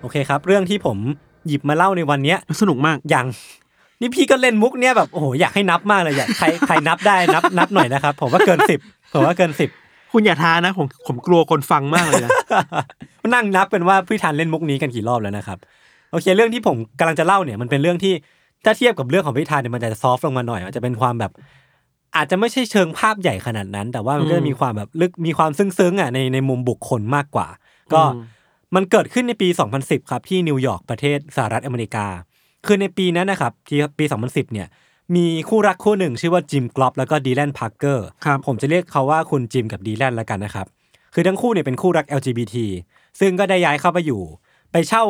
[SPEAKER 4] โอเคครับ เรื่องที่ผมหยิบมาเล่าในวันเนี้ย
[SPEAKER 5] สนุกมาก
[SPEAKER 4] อย่างนี่พี่ก็เล่นมุกเนี้ยแบบโอ้โหอยากให้นับมากเลยอยากใครใครนับได้นับนับหน่อยนะครับ ผมว่าเกินสิบผมว่าเกินสิบ
[SPEAKER 5] คุณอย่าท้านะผมผมกลัวคนฟังมากเลยนะ
[SPEAKER 4] นั่งนับเป็นว่าพี่ทันเล่นมุกนี้กันกี่รอบแล้วนะครับโอเค เรื่องที่ผมกำลังจะเล่าเนี่ยมันเป็นเรื่องที่ถ้าเทียบกับเรื่องของพี่ทันเนี่ยมันจะซอฟต์ลงมาหน่อยมันจะเป็นความแบบ อาจจะไม่ใช่เชิงภาพใหญ่ขนาดนั้น แต่ว่ามันก็จะมีความแบบลึกมีความซึ้งๆอ่ะในในมุมบุคคลมากกว่า ก็
[SPEAKER 5] อืม
[SPEAKER 4] มันเกิดขึ้นในปี 2010 ครับ ที่นิวยอร์กประเทศสหรัฐอเมริกา คือในปีนั้นนะครับที่ปี 2010 เนี่ย มีคู่รักคู่หนึ่งชื่อว่าจิมกลอปแล้วก็ดีแลนพาร์เกอร์
[SPEAKER 5] ครับ
[SPEAKER 4] ผมจะเรียกเขาว่าคุณจิมกับดีแลนแล้วกันนะครับ คือทั้งคู่เนี่ยเป็นคู่รัก LGBT ซึ่งก็ได้ย้ายเข้าไปอยู่ ไปเช่า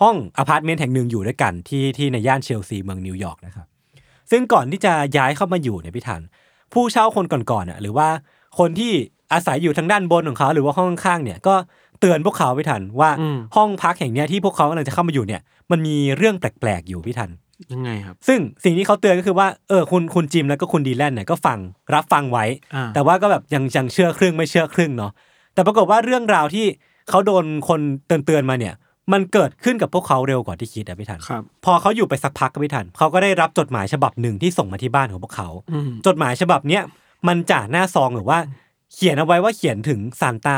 [SPEAKER 4] ห้องอพาร์ตเมนต์แห่งหนึ่งอยู่ด้วยกันที่ที่ในย่านเชลซีเมืองนิวยอร์กนะครับ ซึ่งก่อนที่จะย้ายเข้ามาอยู่เนี่ยพี่ทันผู้เช่าคนก่อนๆน่ะหรือว่าคนที่อาศัยอยู่ทางด้านบนของเขาหรือว่าห้องข้างๆเนี่ยก็เตือนพวกเขาพี่ทันว่า
[SPEAKER 5] อืม
[SPEAKER 4] ห้องพักแห่งเนี้ยที่พวกเขากำลังจะเข้ามาอยู่เนี่ยมันมีเรื่องแปล กๆอยู่พี่ทัน
[SPEAKER 5] ยังไงครับ
[SPEAKER 4] ซึ่งสิ่งที่เขาเตือนก็คือว่าเออคุณคุณจิมแล้วก็คุณดีแลนเนี่ยก็ฟังรับฟังไว้
[SPEAKER 5] อ่า
[SPEAKER 4] แต่ว่าก็แบบยังยังเชื่อครึ่งไม่เชื่อครึ่งเนาะแต่ปรากฏว่าเรื่องราวที่เขาโดนคนเตือนเตือนๆมาเนี่ย มันเกิดขึ้นกับพวกเขาเร็วกว่าที่คิดอะพี่ทัน
[SPEAKER 5] ครับ
[SPEAKER 4] พอเขาอยู่ไปสักพักก็พี่ทันเขาก็ได้รับจดหมายฉบับหนึ่งที่ส่งมาที่บ้านของพวกเขา
[SPEAKER 5] อืม
[SPEAKER 4] จดหมายฉบับเนี้ยมันจ่าหน้าซองหรือว่า เขียนเอาไว้ว่าเขียนถึงซานต้า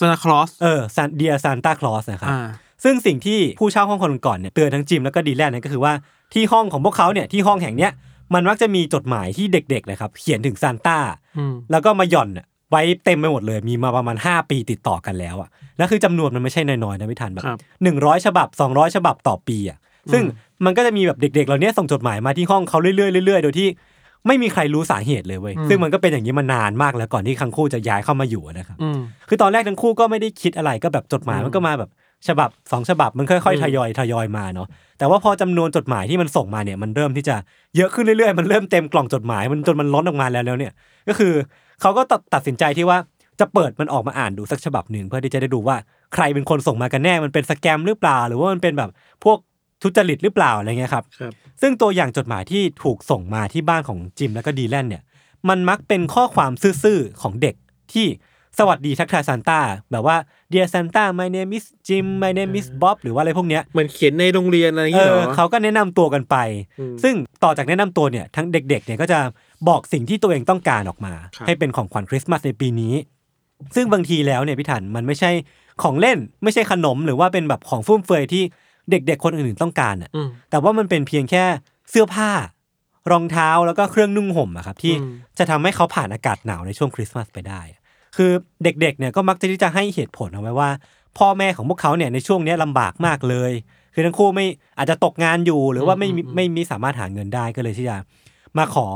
[SPEAKER 5] ซานตาคลอส
[SPEAKER 4] เออซานเดียซานต้าคลอสนะครับ
[SPEAKER 5] อ่า
[SPEAKER 4] ซึ่งสิ่งที่ผู้เช่าห้องคนก่อนเนี่ยเตือนทั้งจิมแล้วก็ดีแลนเนี่ยก็คือว่าที่ห้องของพวกเขาเนี่ยที่ห้องแห่งเนี้ยมันมักจะมีจดหมายที่เด็กๆนะครับเขียนถึงซานต้า
[SPEAKER 5] อืม
[SPEAKER 4] แล้วก็มาหย่อนน่ะไว้เต็มไปหมดเลย มีมาประมาณ 5 ปีติดต่อกันแล้วอ่ะแล้วคือจำนวนมันไม่ใช่น้อยๆนะพี่ทันแบ
[SPEAKER 5] ครับ
[SPEAKER 4] หนึ่งร้อยฉบับ 200 ฉบับต่อปีอ่ะซึ่งมันก็จะมีแบบเด็กๆเหล่านี้ส่งจดหมายมาที่ห้องเขาเรื่อยๆเรื่อยๆโดยที่ไม่มีใครรู้สาเหตุเลยเว้ยซึ่งมันก็เป็นอย่างนี้มานานมากแล้วก่อนที่คังคู่จะย้ายเข้ามาอยู่อะนะครับ
[SPEAKER 5] อืม
[SPEAKER 4] คือตอนแรกทั้งคู่ก็ไม่ได้คิดอะไรก็แบบจดหมายมันก็มาแบบฉบับสองฉบับมันค่อยๆทยอยทยอยมาเนาะแต่ว่าพอจำนวนจดหมายที่มันส่งมาเนี่ยมันเริ่มที่จะเยอะขึ้นเรื่อยๆ มันเริ่มเต็มกล่องจดหมายมันจนมันล้นออกมาแล้วแล้วเนี่ย ก็คือเขาก็ตัดตัดสินใจที่ว่า จะเปิดมันออกมาอ่านดูสักฉบับหนึ่งเพื่อที่จะได้ดูว่าใครเป็นคนส่งมากันแน่มันเป็นสแกมหรือเปล่า หรือว่ามันเป็นแบบพวกทุจริตหรือเปล่าอะไรเงี้ยครับ
[SPEAKER 5] ครับ
[SPEAKER 4] ซึ่งตัวอย่างจดหมายที่ถูกส่งมาที่บ้านของจิมแล้วก็ดีแลนเนี่ย มันมักเป็นข้อความซื่อๆ ของเด็กที่สวัสดีทักทายซานต้าแบบว่า dear Santa my name is Jim my name is Bob หรือว่าอะไรพวกเนี้ย
[SPEAKER 5] เหมือนเขียนในโรงเรียนอะไรอย่าง
[SPEAKER 4] เอ
[SPEAKER 5] เงี้ยเหร
[SPEAKER 4] อ
[SPEAKER 5] อ
[SPEAKER 4] เขาก็แนะนำตัวกันไป
[SPEAKER 5] อืม
[SPEAKER 4] ซึ่งต่อจากแนะนำตัวเนี่ยทั้งเด็กๆเนี่ยก็จะบอกสิ่งที่ตัวเองต้องการออกมา
[SPEAKER 5] ครับ
[SPEAKER 4] ให้เป็นของขวัญคริสต์มาสในปีนี้ ซึ่งบางทีแล้วเนี่ยพี่ถันมันไม่ใช่ของเล่น ไม่ใช่ขนมหรือว่าเป็นแบบของฟุ่มเฟือยที่เด็กๆคนอื่นๆต้องการอ่ะ
[SPEAKER 5] อืม
[SPEAKER 4] แต่ว่ามันเป็นเพียงแค่เสื้อผ้ารองเท้าแล้วก็เครื่องนุ่งห่มอะครับที่
[SPEAKER 5] อืม
[SPEAKER 4] จะทำให้เขาผ่านอากาศหนาวในช่วงคริสต์มาสไปได้อะคือเด็กๆเนี่ยก็มักจะที่จะให้เหตุผลเอาไว้ว่า พ่อแม่ของพวกเขาเนี่ยในช่วงเนี้ยลำบากมากเลย คือทั้งคู่ไม่อาจจะตกงานอยู่หรือว่าไม่มีไม่มีสามารถหาเงินได้ก็เลยที่จะมาขอ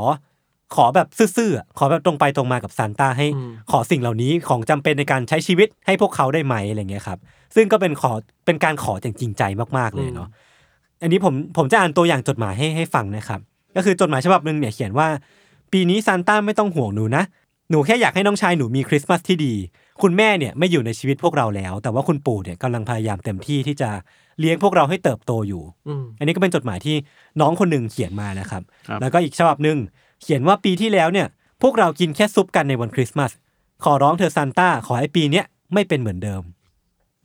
[SPEAKER 4] ขอแบบซื่อๆอะขอแบบตรงไปตรงมากับซานต้าให้ ขอสิ่งเหล่านี้ของจำเป็นในการใช้ชีวิตให้พวกเขาได้ไหมอะไรเงี้ยครับ ซึ่งก็เป็นขอเป็นการขออย่างจริงใจมากๆเลยเนาะ อันนี้ผมผมจะอ่านตัวอย่างจดหมายให้ให้ฟังนะครับ ก็คือจดหมายฉบับหนึ่งเนี่ยเขียนว่า ปีนี้ซานต้าไม่ต้องห่วงหนูนะ หนูแค่อยากให้น้องชายหนูมีคริสต์มาสที่ดี คุณแม่เนี่ยไม่อยู่ในชีวิตพวกเราแล้ว แต่ว่าคุณปู่เนี่ยกำลังพยายามเต็มที่ที่จะเลี้ยงพวกเราให้เติบโตอยู่
[SPEAKER 5] อืม
[SPEAKER 4] อันนี้ก็เป็นจดหมายที่น้องคนหนึ่งเขียนมานะครับ
[SPEAKER 5] ครับ
[SPEAKER 4] แล้วก็อีกฉบับหนึ่งเขียนว่าปีที่แล้วเนี่ย พวกเรากินแค่ซุปกันในวันคริสต์มาส ขอร้องเธอซานต้าขอให้ปีเนี้ยไม่เป็นเหมือนเดิม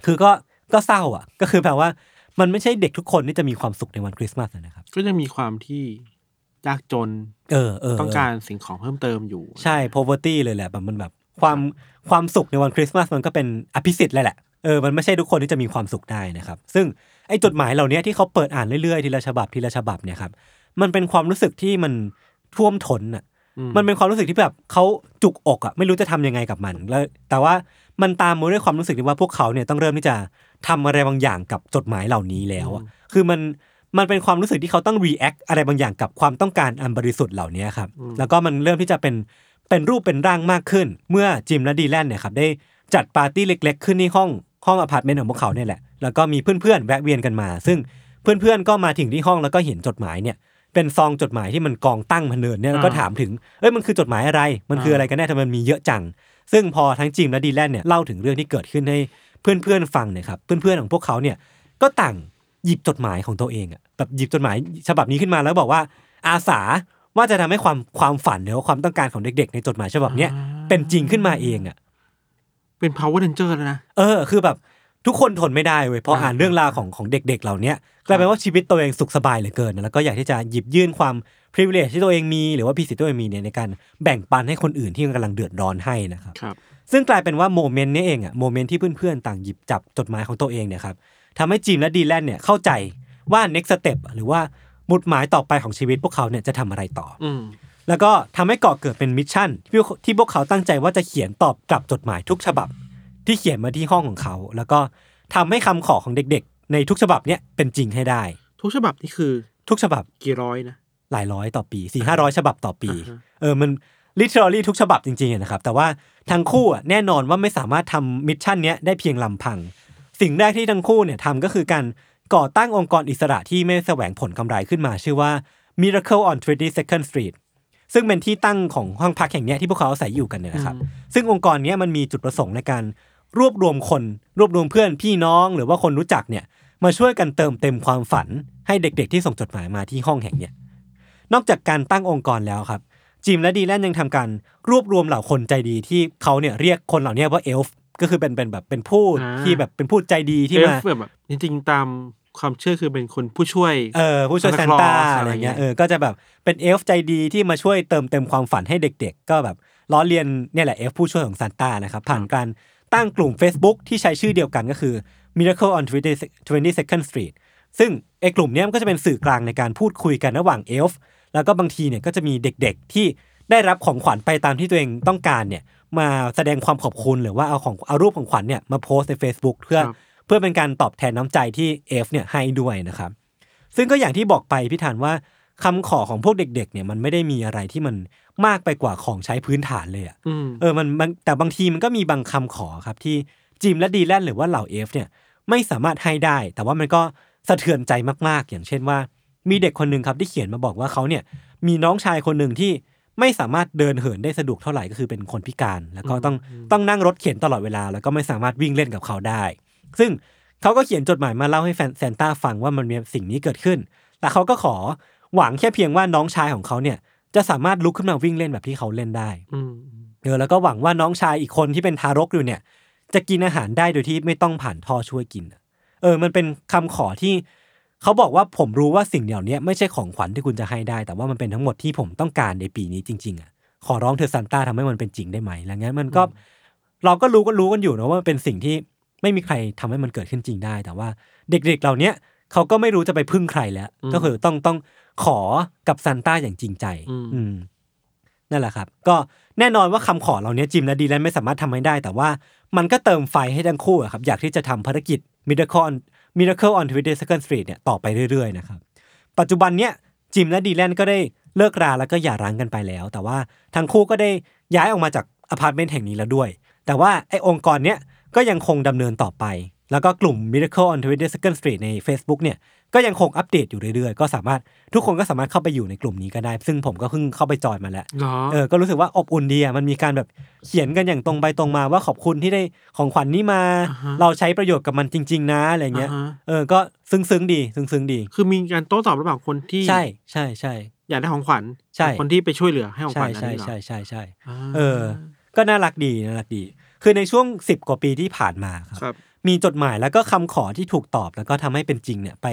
[SPEAKER 4] คือก็ก็เศร้าอ่ะ ก็คือแปลว่ามันไม่ใช่เด็กทุกคนที่จะมีความสุขในวันคริสต์มาสนะครับ
[SPEAKER 5] ก็ยังมีความที่ยากจน
[SPEAKER 4] เออเออ
[SPEAKER 5] ต้องการสิ่งของเพิ่มเติมอยู่
[SPEAKER 4] ใช่ poverty เลยแหละแบบมันแบบความความสุขในวันคริสต์มาสมันก็เป็นอภิสิทธิ์เลยแหละ เออ มันไม่ใช่ทุกคนที่จะมีความสุขได้นะครับ ซึ่งไอ้จดหมายเหล่านี้ที่เขาเปิดอ่านเรื่อยๆทีละฉบับทีละฉบับเนี่ยครับ มันเป็นความรู้สึกที่มันท่วมท้นอ่ะ
[SPEAKER 5] อืม
[SPEAKER 4] มันเป็นความรู้สึกที่แบบเขาจุกอกอ่ะไม่รู้จะทำยังไงกับมันแล้ว แต่ว่ามันตามมาด้วยความรู้สึกที่ว่าพวกเขาเนี่ยต้องเริ่มที่จะทำอะไรบางอย่างกับจดหมายเหล่านี้แล้วอะคือมันมันเป็นความรู้สึกที่เขาต้อง react อะไรบางอย่างกับความต้องการอันบริสุทธิ์เหล่านี้ครับแล้วก็มันเริ่มที่จะเป็นเป็นรูปเป็นร่างมากขึ้น เมื่อจิมและดีแลนเนี่ยครับได้จัดปาร์ตี้เล็ก ๆ ขึ้นที่ห้องห้องอพาร์ตเมนต์ของพวกเขาเนี่ยแหละแล้วก็มีเพื่อนๆแวะเวียนกันมา ซึ่งเพื่อนๆก็มาถึงที่ห้องแล้วก็เห็นจดหมายเนี่ย เป็นซองจดหมายที่มันกองตั้งพันเนินเนี่ยแล้วก็
[SPEAKER 5] อ่า
[SPEAKER 4] ถามถึง เอ้ยมันคือจดหมายอะไร มันคืออะไรกันแน่ทำไมมันมีเยอะจัง ซึ่งพอทั้งจิมและดีแลนเนี่ยเล่าถึงเรื่องที่เกิดขึ้นให้เพื่อนๆฟังเนี่ยครับ เพื่อนๆของพวกเขาเนี่ยก็ต่างหยิบจดหมายของตัวเองอะแบบหยิบจดหมายฉบับนี้ขึ้นมาแล้วบอกว่าอาสาว่าจะทำให้ความความฝันหรือว่าความต้องการของเด็ก ๆ ในจดหมายฉบับเนี้ยเป็นจริงขึ้นมาเองอะ
[SPEAKER 5] เป็น power ranger แล้วนะ
[SPEAKER 4] เออคือแบบทุกคนทนไม่ได้เว้ยพออ่าน
[SPEAKER 5] อ่า
[SPEAKER 4] เรื่องราวของของเด็ก ๆ เหล่าเนี้ยกลายเป็นว่าชีวิตตัวเองสุขสบายเหลือเกินนะแล้วก็อยากที่จะหยิบยื่นความ privilege ที่ตัวเองมีหรือว่าพิสิทธิ์ที่ตัวเองมีเนี่ยในการแบ่งปันให้คนอื่นที่กำลังเดือดร้อนให้นะครับ
[SPEAKER 5] ครับ
[SPEAKER 4] ซึ่งกลายเป็นว่าโมเมนต์นี้เองอะโมเมนต์ที่เพื่อนๆ ต่างหยิบจับจดหมายของตัวเองเนี่ยครับทำให้จิมและดีแลนเนี่ยเข้าใจว่า next step หรือว่าหมุดหมายต่อไปของชีวิตพวกเขาเนี่ยจะทำอะไรต่อ
[SPEAKER 5] อืม
[SPEAKER 4] แล้วก็ทำให้ก่อเกิดเป็นมิชชั่นที่พวกที่พวกเขาตั้งใจว่าจะเขียนตอบกลับจดหมายทุกฉบับ ที่เขียนมาที่ห้องของเขา แล้วก็ทำให้คำขอของเด็กๆ ในทุกฉบับเนี้ยเป็นจริงให้ได้
[SPEAKER 5] ทุกฉบับนี่คือ
[SPEAKER 4] ทุกฉบับ
[SPEAKER 5] กี่ร้อยนะ
[SPEAKER 4] หลายร้อยต่อปีสี่ห้าร้อยฉบับต่อปี
[SPEAKER 5] อ่าฮะ
[SPEAKER 4] เออมันลิเทอรี่ทุกฉบับจริงๆอะนะครับ แต่ว่าทั้งคู่อะแน่นอนว่าไม่สามารถทำมิชชั่นเนี้ยได้เพียงลำพัง สิ่งแรกที่ทั้งคู่เนี่ยทำก็คือการก่อตั้งองค์กรอิสระที่ไม่แสวงผลกำไรขึ้นมาชื่อว่า Miracle on 22nd Street ซึ่งเป็นที่ตั้งของห้องพักแห่งเนี้ยที่พวกเขาอาศัยอยู่กันเนี่ยนะครับ ซึ่งองค์กรเนี้ยมันมีจุดประสงค์ในการรวบรวมคน รวบรวมเพื่อนพี่น้องหรือว่าคนรู้จักเนี่ยมาช่วยกันเติมเต็มความฝัน ให้เด็กๆ ที่ส่งจดหมายมาที่ห้องแห่งเนี้ยนอกจากการตั้งองค์กรแล้วครับ จิมและดีแลนยังทำการรวบรวมเหล่าคนใจดีที่เขาเนี่ยเรียกคนเหล่าเนี้ยว่าเอลฟ์ก็คือเป็นเป็นแบบเป็นผู้
[SPEAKER 5] อ่า
[SPEAKER 4] ที่แบบเป็นผู้ใจดีที่
[SPEAKER 5] เอฟ
[SPEAKER 4] มา
[SPEAKER 5] แบบจริงๆตามความเชื่อคือเป็นคนผู้ช่วย
[SPEAKER 4] เออผู้ช่วยซา
[SPEAKER 5] Santa
[SPEAKER 4] นต้า
[SPEAKER 5] Claus
[SPEAKER 4] อะไรเงี้ย
[SPEAKER 5] อะไรเงี้ย
[SPEAKER 4] เออก็จะแบบเป็นเอลฟ์ใจดีที่มาช่วยเติมเต็มความฝันให้เด็กๆ ก็แบบล้อเลียนเนี่ยแหละเอลฟ์ผู้ช่วยของซานต้านะครับ ผ่านการตั้งกลุ่ม Facebook ที่ใช้ชื่อเดียวกันก็คือ Miracle on 22nd Street ซึ่งไอ้กลุ่มเนี้ยมันก็จะเป็นสื่อกลางในการพูดคุยกันระหว่างเอลฟ์แล้วก็บางทีเนี่ยก็จะมีเด็กๆ ที่ได้รับของขวัญไปตามที่ตัวเองต้องการเนี่ยมาแสดงความขอบคุณหรือว่าเอาของเอารูปของขวัญเนี่ยมาโพสต์ใน Facebook เพื่อ
[SPEAKER 5] ครับ
[SPEAKER 4] เพื่อเป็นการตอบแทนน้ำใจที่เอฟเนี่ยให้ด้วยนะครับ ซึ่งก็อย่างที่บอกไปพี่ธานว่าคำขอของพวกเด็กๆเนี่ยมันไม่ได้มีอะไรที่มันมากไปกว่าของใช้พื้นฐานเลยอะ
[SPEAKER 5] อืม
[SPEAKER 4] เออมันมันแต่บางทีมันก็มีบางคำขอครับที่จิมและดีแลนหรือว่าเหล่าเอฟเนี่ยไม่สามารถให้ได้ แต่ว่ามันก็สะเทือนใจมากๆ อย่างเช่นว่า มีเด็กคนหนึ่งครับที่เขียนมาบอกว่าเขาเนี่ยมีน้องชายคนหนึ่งที่ ไม่สามารถเดินเหินได้สะดวกเท่าไหร่ก็คือเป็นคนพิการ แล้วก็ต้องต้องนั่งรถเข็นตลอดเวลา แล้วก็ไม่สามารถวิ่งเล่นกับเขาได้ ซึ่งเขาก็เขียนจดหมายมาเล่าให้แฟนซานต้าฟังว่ามันมีสิ่งนี้เกิดขึ้น แต่เขาก็ขอหวังแค่เพียงว่าน้องชายของเขาเนี่ยจะสามารถลุกขึ้นมาวิ่งเล่นแบบที่เขาเล่นได้
[SPEAKER 5] อืม
[SPEAKER 4] เออแล้วก็หวังว่าน้องชายอีกคนที่เป็นทารกอยู่เนี่ย จะกินอาหารได้โดยที่ไม่ต้องผ่านท่อช่วยกินอะเออ มันเป็นคำขอที่เขาบอกว่าผมรู้ว่าสิ่งเหล่านี้ไม่ใช่ของขวัญที่คุณจะให้ได้ แต่ว่ามันเป็นทั้งหมดที่ผมต้องการในปีนี้จริงๆอ่ะขอร้องเธอซานต้าทำให้มันเป็นจริงได้ไหมแล้วงั้นมันก็เราก็รู้ก็รู้กันอยู่นะว่ามันเป็นสิ่งที่ไม่มีใครทำให้มันเกิดขึ้นจริงได้ แต่ว่าเด็กๆเหล่าเนี้ยเขาก็ไม่รู้จะไปพึ่งใครแล้ว ก็คือต้องต้องขอกับซานต้าอย่างจริงใจ อืม นั่นแหละครับ ก็แน่นอนว่าคำขอเหล่านี้จิมและดีแลนไม่สามารถทำให้ได้ แต่ว่ามันก็เติมไฟให้ทั้งคู่อะครับ อยากที่จะทำภารกิจ Miracle on Miracle on 22nd Street เนี่ยต่อไปเรื่อยๆนะครับ ปัจจุบันเนี่ยจิมและดีแลนก็ได้เลิกราแล้วก็หย่าร้างกันไปแล้ว แต่ว่าทั้งคู่ก็ได้ย้ายออกมาจากอพาร์ตเมนต์แห่งนี้แล้วด้วย แต่ว่าไอ้องค์กรเนี้ยก็ยังคงดำเนินต่อไป แล้วก็กลุ่ม Miracle on 22nd Street ใน Facebook เนี่ยก็ยังคงอัปเดตอยู่เรื่อยๆ ก็สามารถทุกคนก็สามารถเข้าไปอยู่ในกลุ่มนี้ก็ได้ ซึ่งผมก็เพิ่งเข้าไปจอยมาแล้ว
[SPEAKER 5] เหรอ
[SPEAKER 4] เออ ก็รู้สึกว่าอบอุ่นดีอ่ะ มันมีการแบบเขียนกันอย่างตรงไปตรงมาว่าขอบคุณที่ได้ของขวัญนี้มา เราใช้ประโยชน์กับมันจริง ๆ นะอะไรเงี้ย
[SPEAKER 5] าฮะ
[SPEAKER 4] เออ ก็ซึ้งๆดี ซึ้งๆดี
[SPEAKER 5] คือมีการโต้ตอบระหว่างคนที่
[SPEAKER 4] ใช่ใช่ใช่
[SPEAKER 5] อยากได้ของขวัญ
[SPEAKER 4] ใช่
[SPEAKER 5] กับคนที่ไปช่วยเหลือให้ของข
[SPEAKER 4] ใช่
[SPEAKER 5] วัญนั้น
[SPEAKER 4] ใช่
[SPEAKER 5] เหรอ
[SPEAKER 4] ใช่ใช่ใช่
[SPEAKER 5] า
[SPEAKER 4] เออ ก็น่ารักดีน่ารักดี คือในช่วง 10 กว่าปีที่ผ่านมาค
[SPEAKER 5] ครับ รับ
[SPEAKER 4] มีจดหมายแล้วก็คำขอที่ถูกตอบแล้วก็ทำให้เป็นจริงเนี่ยไป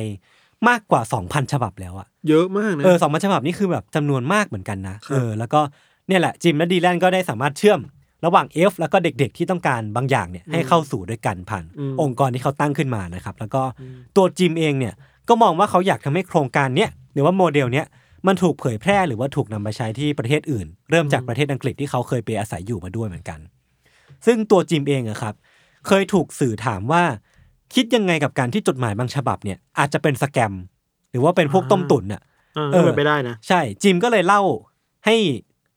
[SPEAKER 4] มากกว่า 2,000 ฉบับแล้วอ่ะ
[SPEAKER 5] เยอะมากนะ
[SPEAKER 4] เออสองพันฉบับนี่คือแบบจำนวนมากเหมือนกันนะครับ เออแล้วก็เนี่ยแหละจิมและดีแลนก็ได้สามารถเชื่อม ระหว่างเอฟแล้วก็เด็กๆที่ต้องการบางอย่างเนี่ยให้เข้าสู่ด้วยกันผ่าน องค์กรที่เขาตั้งขึ้นมานะครับ แล้วก็ตัวจิมเองเนี่ยก็มองว่าเขาอยากทำให้โครงการเนี้ยหรือว่าโมเดลเนี้ยมันถูกเผยแพร่หรือว่าถูกนำไปใช้ที่ประเทศอื่น เริ่มจากประเทศอังกฤษที่เขาเคยไปอาศัยอยู่มาด้วยเหมือนกัน ซึ่งตัวจิมเองอะครับ เคยถูกสื่อถามว่า คิดยังไงกับการที่จดหมายบางฉบับเนี่ยอาจจะเป็นสแกม หรือว่าเป็นพวกต้มตุ๋นอะ
[SPEAKER 5] เออ
[SPEAKER 4] เออ
[SPEAKER 5] เป็นไปได้นะ
[SPEAKER 4] ใช่ จิมก็เลยเล่าให้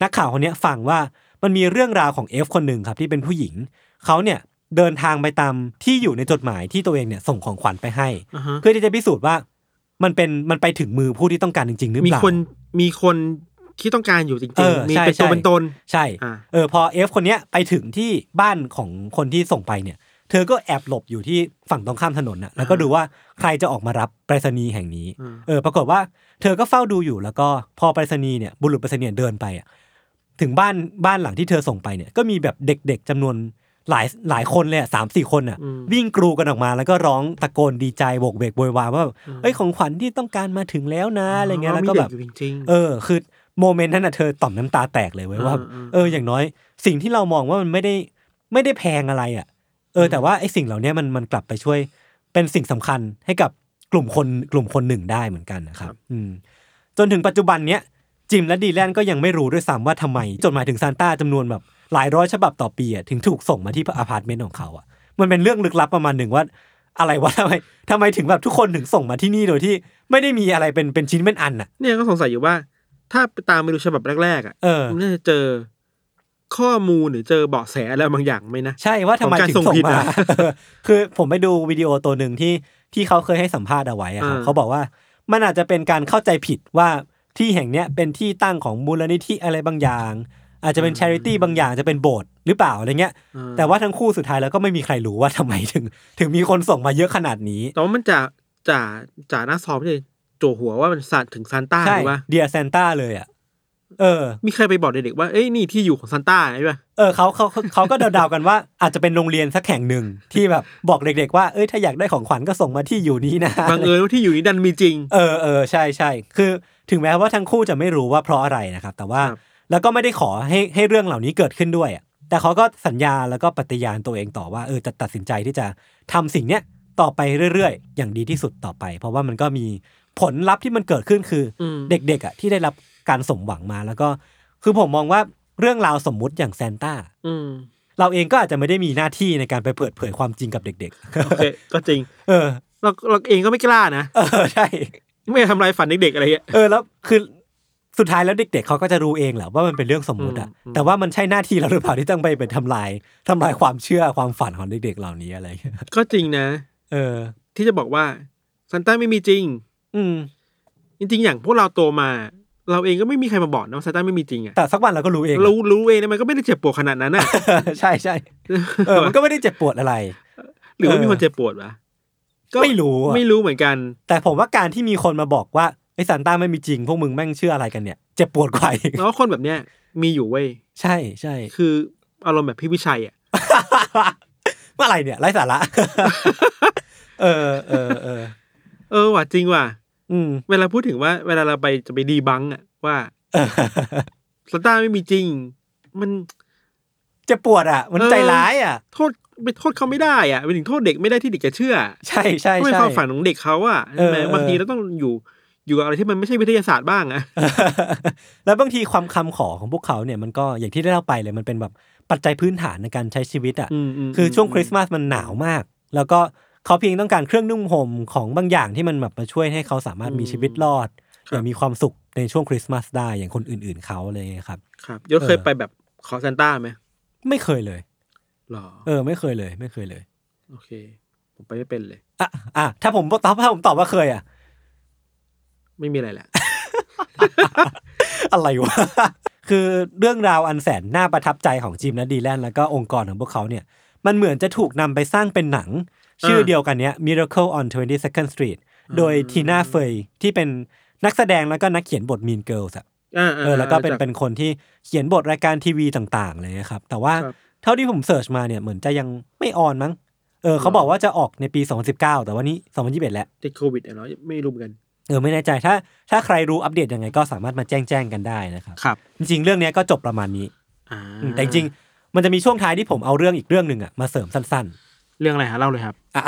[SPEAKER 4] นักข่าวคนเนี้ยฟังว่ามันมีเรื่องราวของเอฟคนหนึ่งครับที่เป็นผู้หญิง เขาเนี่ยเดินทางไปตามที่อยู่ในจดหมายที่ตัวเองเนี่ยส่งของขวัญไปให้
[SPEAKER 5] อ่าฮะ
[SPEAKER 4] เพื่อที่จะพิสูจน์ว่ามันเป็นมันไปถึงมือผู้ที่ต้องการจริง ๆ หรือ
[SPEAKER 5] มี
[SPEAKER 4] เปล่า
[SPEAKER 5] คนมีคนที่ต้องการอยู่จริ
[SPEAKER 4] เอง อ
[SPEAKER 5] ๆมี
[SPEAKER 4] ใช่
[SPEAKER 5] เป็นตัว
[SPEAKER 4] ใช่
[SPEAKER 5] เป็นตน
[SPEAKER 4] ใช่
[SPEAKER 5] อ่า
[SPEAKER 4] เออพอเอฟคนเนี้ยไปถึงที่บ้านของคนที่ส่งไปเนี่ย เธอก็แอบหลบอยู่ที่ฝั่งตรงข้ามถนนน่ะแล้วก็ดูว่าใครจะออกมารับไปรษณีย์แห่งนี้ เออปรากฏว่าเธอก็เฝ้าดูอยู่แล้วก็พอไปรษณีย์เนี่ยบุรุษไปรษณีย์เดินไปอ่ะถึงบ้านบ้านหลังที่เธอส่งไปเนี่ยก็มีแบบเด็กๆจำนวนหลายหลายคนเลยอ่ะสามสี่คนอ่ะวิ่งกรูกันออกมาแล้วก็ร้องตะโกนดีใจโบกเบกโวยวายว่าแบบเอ้ยของขวัญที่ต้องการมาถึงแล้วนะอะไรเงี้ยแล้วก็แบบ
[SPEAKER 5] มีเด็อยู่จริงๆ
[SPEAKER 4] เออคือโมเมนต์นั้นน่ะเธอต่อมน้ำตาแตกเลยเว้ยว่า
[SPEAKER 5] อืมอืม
[SPEAKER 4] เอออย่างน้อย สิ่งที่เรามองว่ามันไม่ได้ไม่ได้แพงอะไรอ่ะ เออ แต่ว่าไอ้สิ่งเหล่าเนี้ยมันมันกลับไปช่วย เป็นสิ่งสำคัญให้กับกลุ่มคนกลุ่มคนหนึ่งได้เหมือนกันนะครับ อืม จนถึงปัจจุบันเนี้ยจิมและดีแลนก็ยังไม่รู้ด้วยซ้ำว่าทำไมจดหมายถึงซานต้าจำนวนแบบหลายร้อยฉบับต่อปีอ่ะถึงถูกส่งมาที่อพาร์ตเมนต์ของเขาอ่ะ มันเป็นเรื่องลึกลับประมาณหนึ่งว่า อะไรวะทำไมทำไมถึงแบบทุกคนถึงส่งมาที่นี่โดยที่ ไม่ได้มีอะไรเป็นเป็นชิ้นเป็นอันอ่ะ
[SPEAKER 5] เนี่ยก็สงสัยอยู่ว่า ถ้าไปตามไปดูฉบับแรกๆอ่ะ
[SPEAKER 4] เออ
[SPEAKER 5] มันน่าจะเจอข้อมูลหรือเจอเบาะแสอะไรบางอย่างไหมนะ
[SPEAKER 4] ใช่ว่าทำไมถึง
[SPEAKER 5] ของการส่
[SPEAKER 4] ส่ง
[SPEAKER 5] งผิด
[SPEAKER 4] มา
[SPEAKER 5] อะ
[SPEAKER 4] คือผมไปดูวิดีโอตัวหนึ่งที่ที่เขาเคยให้สัมภาษณ์เอาไว้อะครับ
[SPEAKER 5] อ่า
[SPEAKER 4] เขาบอกว่ามันอาจจะเป็นการเข้าใจผิดว่าที่แห่งเนี้ยเป็นที่ตั้งของมูลนิธิอะไรบางอย่าง อาจจะเป็นช h ริตี้บางอย่างจะเป็นโบสถ์หรือเปล่าอะไรเงี้ย แต่ว่าทั้งคู่สุดท้ายแล้วก็ไม่มีใครรู้ว่าทำไมถึง ถึงมีคนส่งมาเยอะขนาดนี้
[SPEAKER 5] แต่ว่ามันจะจ่าจ่าหน้าซองไม่ได้โจหัวว่ามันสานถึงซานต้าห
[SPEAKER 4] ใช่
[SPEAKER 5] รือว่า
[SPEAKER 4] เดียเซนต้าเลยอ่ะเออ
[SPEAKER 5] มีใครไปบอกเด็กๆว่าเอ้ยนี่ที่อยู่ของซานต้าใช่ปะ
[SPEAKER 4] เออเขาเขาเขาเขาก็เดาๆกันว่า อาจจะเป็นโรงเรียนสักแห่งหนึ่งที่แบบบอกเด็ก ๆ ว่าเอ้ยถ้าอยากได้ของขวัญก็ส่งมาที่อยู่นี้นะ
[SPEAKER 5] บังเอิญว่าที่อยู่นี้ดันมีจริง
[SPEAKER 4] เออเออใช่ใช่คือถึงแม้ว่าทั้งคู่จะไม่รู้ว่าเพราะอะไรนะครับ แต่ว่า
[SPEAKER 5] ครับ
[SPEAKER 4] แล้วก็ไม่ได้ขอให้ให้เรื่องเหล่านี้เกิดขึ้นด้วยอะแต่เขาก็สัญญาแล้วก็ปฏิญาณตัวเองต่อว่าเออจะตัดสินใจที่จะทำสิ่งเนี้ยต่อไปเรื่อยๆ อย่างดีที่สุดต่อไป เพราะว่ามันก็มีผลลัพธ์ที่มันเกิดขึ้นคืออเด็กๆอ่ะที่ได้รับการสมหวังมาแล้วก็ คือผมมองว่าเรื่องราวสมมุติอย่างแซนต้า
[SPEAKER 5] อืม
[SPEAKER 4] เราเองก็อาจจะไม่ได้มีหน้าที่ในการไปเปิดเผยความจริงกับเด็ก
[SPEAKER 5] โอเคก็จริง
[SPEAKER 4] ๆ เออ
[SPEAKER 5] เราเราเองก็ไม่กล้านะ
[SPEAKER 4] เออใช่
[SPEAKER 5] ไม่ทำลายฝันเด็กๆอะไรเงี้ย
[SPEAKER 4] เออแล้วคือสุดท้ายแล้วเด็ก ๆเขาก็จะรู้เองแหละว่ามันเป็นเรื่องสมมุติอะแต่ว่ามันใช่หน้าที่เราหรือเปล่าที่ต้องไปเป็นทำลายทำลายความเชื่อความฝันของเด็ก ๆ เหล่านี้อะไรอย่างเงี้ย
[SPEAKER 5] ก็จริงนะ
[SPEAKER 4] เออ
[SPEAKER 5] ที่จะบอกว่าซานต้าไม่มีจริง
[SPEAKER 4] อืม
[SPEAKER 5] จริง ๆ อย่างพวกเราโตมา เราเองก็ไม่มีใครมาบอกนะว่าซาต้านไม่มีจริงอะ
[SPEAKER 4] แต่สักวันเราก็รู้เอง
[SPEAKER 5] รู้รู้เองนะมันก็ไม่ได้เจ็บปวดขนาดนั้นอะ
[SPEAKER 4] ใช่ใช่เออมันก็ไม่ได้เจ็บปวดอะไร
[SPEAKER 5] หรือว่ามี
[SPEAKER 4] เออ
[SPEAKER 5] คนเจ็บปวดวะก็
[SPEAKER 4] ไม่รู้อะ
[SPEAKER 5] ไม่รู้เหมือนกัน
[SPEAKER 4] แต่ผมว่าการที่มีคนมาบอกว่าไอ้ซานต้าไม่มีจริง พวกมึงแม่งเชื่ออะไรกันเนี่ย เจ็บปวดกว่าอีก
[SPEAKER 5] แล้วก็คนแบบเนี้ยมีอยู่เว้ย
[SPEAKER 4] ใช่ใช่
[SPEAKER 5] คืออารมณ์แบบพี่วิชัยอ่ะ
[SPEAKER 4] ว่าอะไรเนี่ยไร้สาระ เออเออเออ
[SPEAKER 5] เออว่ะจริงว่ะ
[SPEAKER 4] อืม
[SPEAKER 5] เวลาพูดถึงว่า เวลาเราไปจะไปดีบังอ่ะว่า
[SPEAKER 4] เออ
[SPEAKER 5] สตาร์ไม่มีจริง มัน
[SPEAKER 4] เจ็บปวดอ่ะ มันใจร้ายอ่ะ
[SPEAKER 5] โทษไปโทษเขาไม่ได้อ่ะไปถึงโทษเด็กไม่ได้ที่เด็กจะเชื่อ
[SPEAKER 4] ใช่ใช่
[SPEAKER 5] ก็เป็น
[SPEAKER 4] ใช่
[SPEAKER 5] ความฝันของเด็กเขาอ่ะ
[SPEAKER 4] เออ
[SPEAKER 5] ใช่ไหม
[SPEAKER 4] เออ
[SPEAKER 5] บางทีเราต้องอยู่อยู่กับอะไรที่มันไม่ใช่วิทยาศาสตร์บ้างอ่ะ
[SPEAKER 4] แล้วบางทีความคำขอของพวกเขาเนี่ยมันก็อย่างที่ได้เล่าไปเลยมันเป็นแบบปัจจัยพื้นฐานในการใช้ชีวิตอ่ะ
[SPEAKER 5] อืมม
[SPEAKER 4] คือช่วงคริสต์มาสมันหนาวมาก แล้วก็เขาเพียงต้องการเครื่องนุ่งห่มของบางอย่างที่มันแบบมาช่วยให้เขาสามารถมีชีวิตรอดอย่างมีความสุขในช่วงคริสต์มาสได้อย่างคนอื่นๆเขาอะไรอย่างเลยครับ
[SPEAKER 5] ครับยศเคย
[SPEAKER 4] เออ
[SPEAKER 5] ไปแบบขอซานต้าไหม
[SPEAKER 4] ไม่เคยเลย
[SPEAKER 5] หรอ
[SPEAKER 4] เออ ไม่เคยเลย ไม่เคยเลย
[SPEAKER 5] โอเค ผมไปไม่เป็นเลย
[SPEAKER 4] อ่ะอ่ะถ้าผมตอบถ้าผมตอบว่าเคยอ่ะ
[SPEAKER 5] ไม่มีอะไรแหละ
[SPEAKER 4] อะไรวะ คือเรื่องราวอันแสนน่าประทับใจของจิมและดีแลนแล้วก็องค์กรของพวกเขาเนี่ย มันเหมือนจะถูกนำไปสร้างเป็นหนัง ชื่อเดียวกันเนี้ย Miracle on 22nd Street โดยทีน่าเฟยที่เป็นนักแสดงแล้วก็นักเขียนบท Mean Girls อะ
[SPEAKER 5] อ่า
[SPEAKER 4] เออแล้วก็เป็น
[SPEAKER 5] รู้จั
[SPEAKER 4] เป็นคนที่เขียนบทรายการทีวีต่างๆเลยนะครับ แต่ว่า
[SPEAKER 5] ครับ
[SPEAKER 4] เท่าที่ผมเสิร์ชมาเนี่ยเหมือนจะยังไม่ออนมั้งเออเขาบอกว่าจะออกในปี 2019 แต่ว่านี้ 2021 แล้ว
[SPEAKER 5] ติดโควิดอะเนาะไม่รู้เหมือนกัน
[SPEAKER 4] เออไม่แน่ใจถ้าถ้าใครรู้อัปเดตยังไงก็สามารถมาแจ้งแจ้งๆกันได้นะครับ
[SPEAKER 5] ครับ
[SPEAKER 4] จริงๆ เรื่องเนี้ยก็จบประมาณนี้
[SPEAKER 5] อ่า
[SPEAKER 4] อืมแต่จริงๆมันจะมีช่วงท้ายที่ผมเอาเรื่องอีกเรื่องหนึ่งอะมาเสริมสั้นๆ
[SPEAKER 5] เรื่องอะไรฮะเล่าเลยครับ
[SPEAKER 4] อ่ะ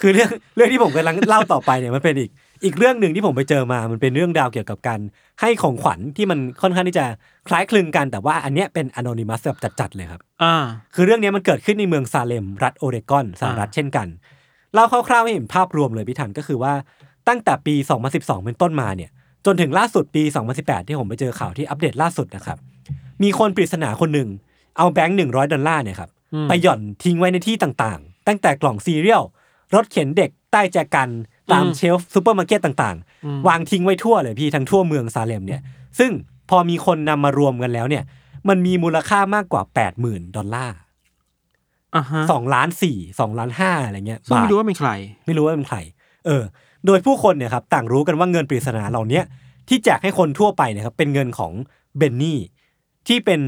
[SPEAKER 4] คือเรื่อง เรื่องที่ผมกำลังเล่าต่อไปเนี่ยมันเป็นอีกอีกเรื่องหนึ่งที่ผมไปเจอมา มันเป็นเรื่องราวเกี่ยวกับการให้ของขวัญที่มันค่อนข้างที่จะคล้ายคลึงกัน แต่ว่าอันเนี้ยเป็นอนอนิมัสแบบจัดๆเลยครับ
[SPEAKER 5] อ่า
[SPEAKER 4] คือเรื่องเนี้ยมันเกิดขึ้นในเมืองซาเลม รัฐโอเรกอนสหรัฐ
[SPEAKER 5] อ่า
[SPEAKER 4] เช่นกัน เล่าคร่าวๆให้เห็นภาพรวมเลยพี่ทันก็คือว่าตั้งแต่ปี 2012 เป็นต้นมาเนี่ยจนถึงล่าสุดปี 2018 ที่ผมไปเจอข่าวที่อัปเดตล่าสุดนะครับมีคนปริศนาคนหนึ่งเอาแบงค์100ดอลลาร์เนี่ยครับ ไปหย่อนทิ้งไว้ในที่ต่างๆ ตั้งแต่กล่องซีเรียล รถเข็นเด็กใต้แจกันตาม
[SPEAKER 5] อืม
[SPEAKER 4] เชลฟ์ซูเปอร์มาร์เก็ตต่างๆ วางทิ้งไว้ทั่วเลยพี่ทั้งทั่วเมืองซาเลมเนี่ย ซึ่งพอมีคนนำมารวมกันแล้วเนี่ย มันมีมูลค่ามากกว่า 8 0,000 ดอลลาร์
[SPEAKER 5] อ่าฮะ
[SPEAKER 4] สองล้านสี่สองล้านห้าอะไรเงี้ย
[SPEAKER 5] ซึ่ง
[SPEAKER 4] บา
[SPEAKER 5] ไม่
[SPEAKER 4] ท
[SPEAKER 5] รู้ว่าเป็นใคร
[SPEAKER 4] ไม่รู้ว่าเป็นใคร เออ โดยผู้คนเนี่ยครับต่างรู้กันว่าเงินปริศนาเหล่าเนี้ยที่แจกให้คนทั่วไปเนะครับเป็นเงินของเบนนี่ที่เป็น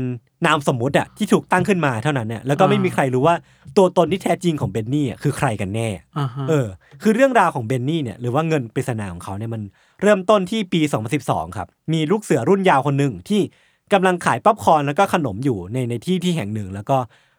[SPEAKER 4] นามสมมุติอะที่ถูกตั้งขึ้นมาเท่านั้นเนี่ยแล้วก็ไม่มีใครรู้ว่าตัวตนที่แท้จริงของเบนนี่อะคือใครกันแน่
[SPEAKER 5] อ่าฮะ
[SPEAKER 4] เออคือเรื่องราวของเบนนี่เนี่ยหรือว่าเงินปริศนาของเขาเนี่ยมันเริ่มต้นที่ปี 2012 ครับ มีลูกเสือรุ่นยาวคนหนึ่งที่กำลังขายป๊อปคอร์นแล้วก็ขนมอยู่ในในที่ที่แห่งหนึ่ง แล้วก็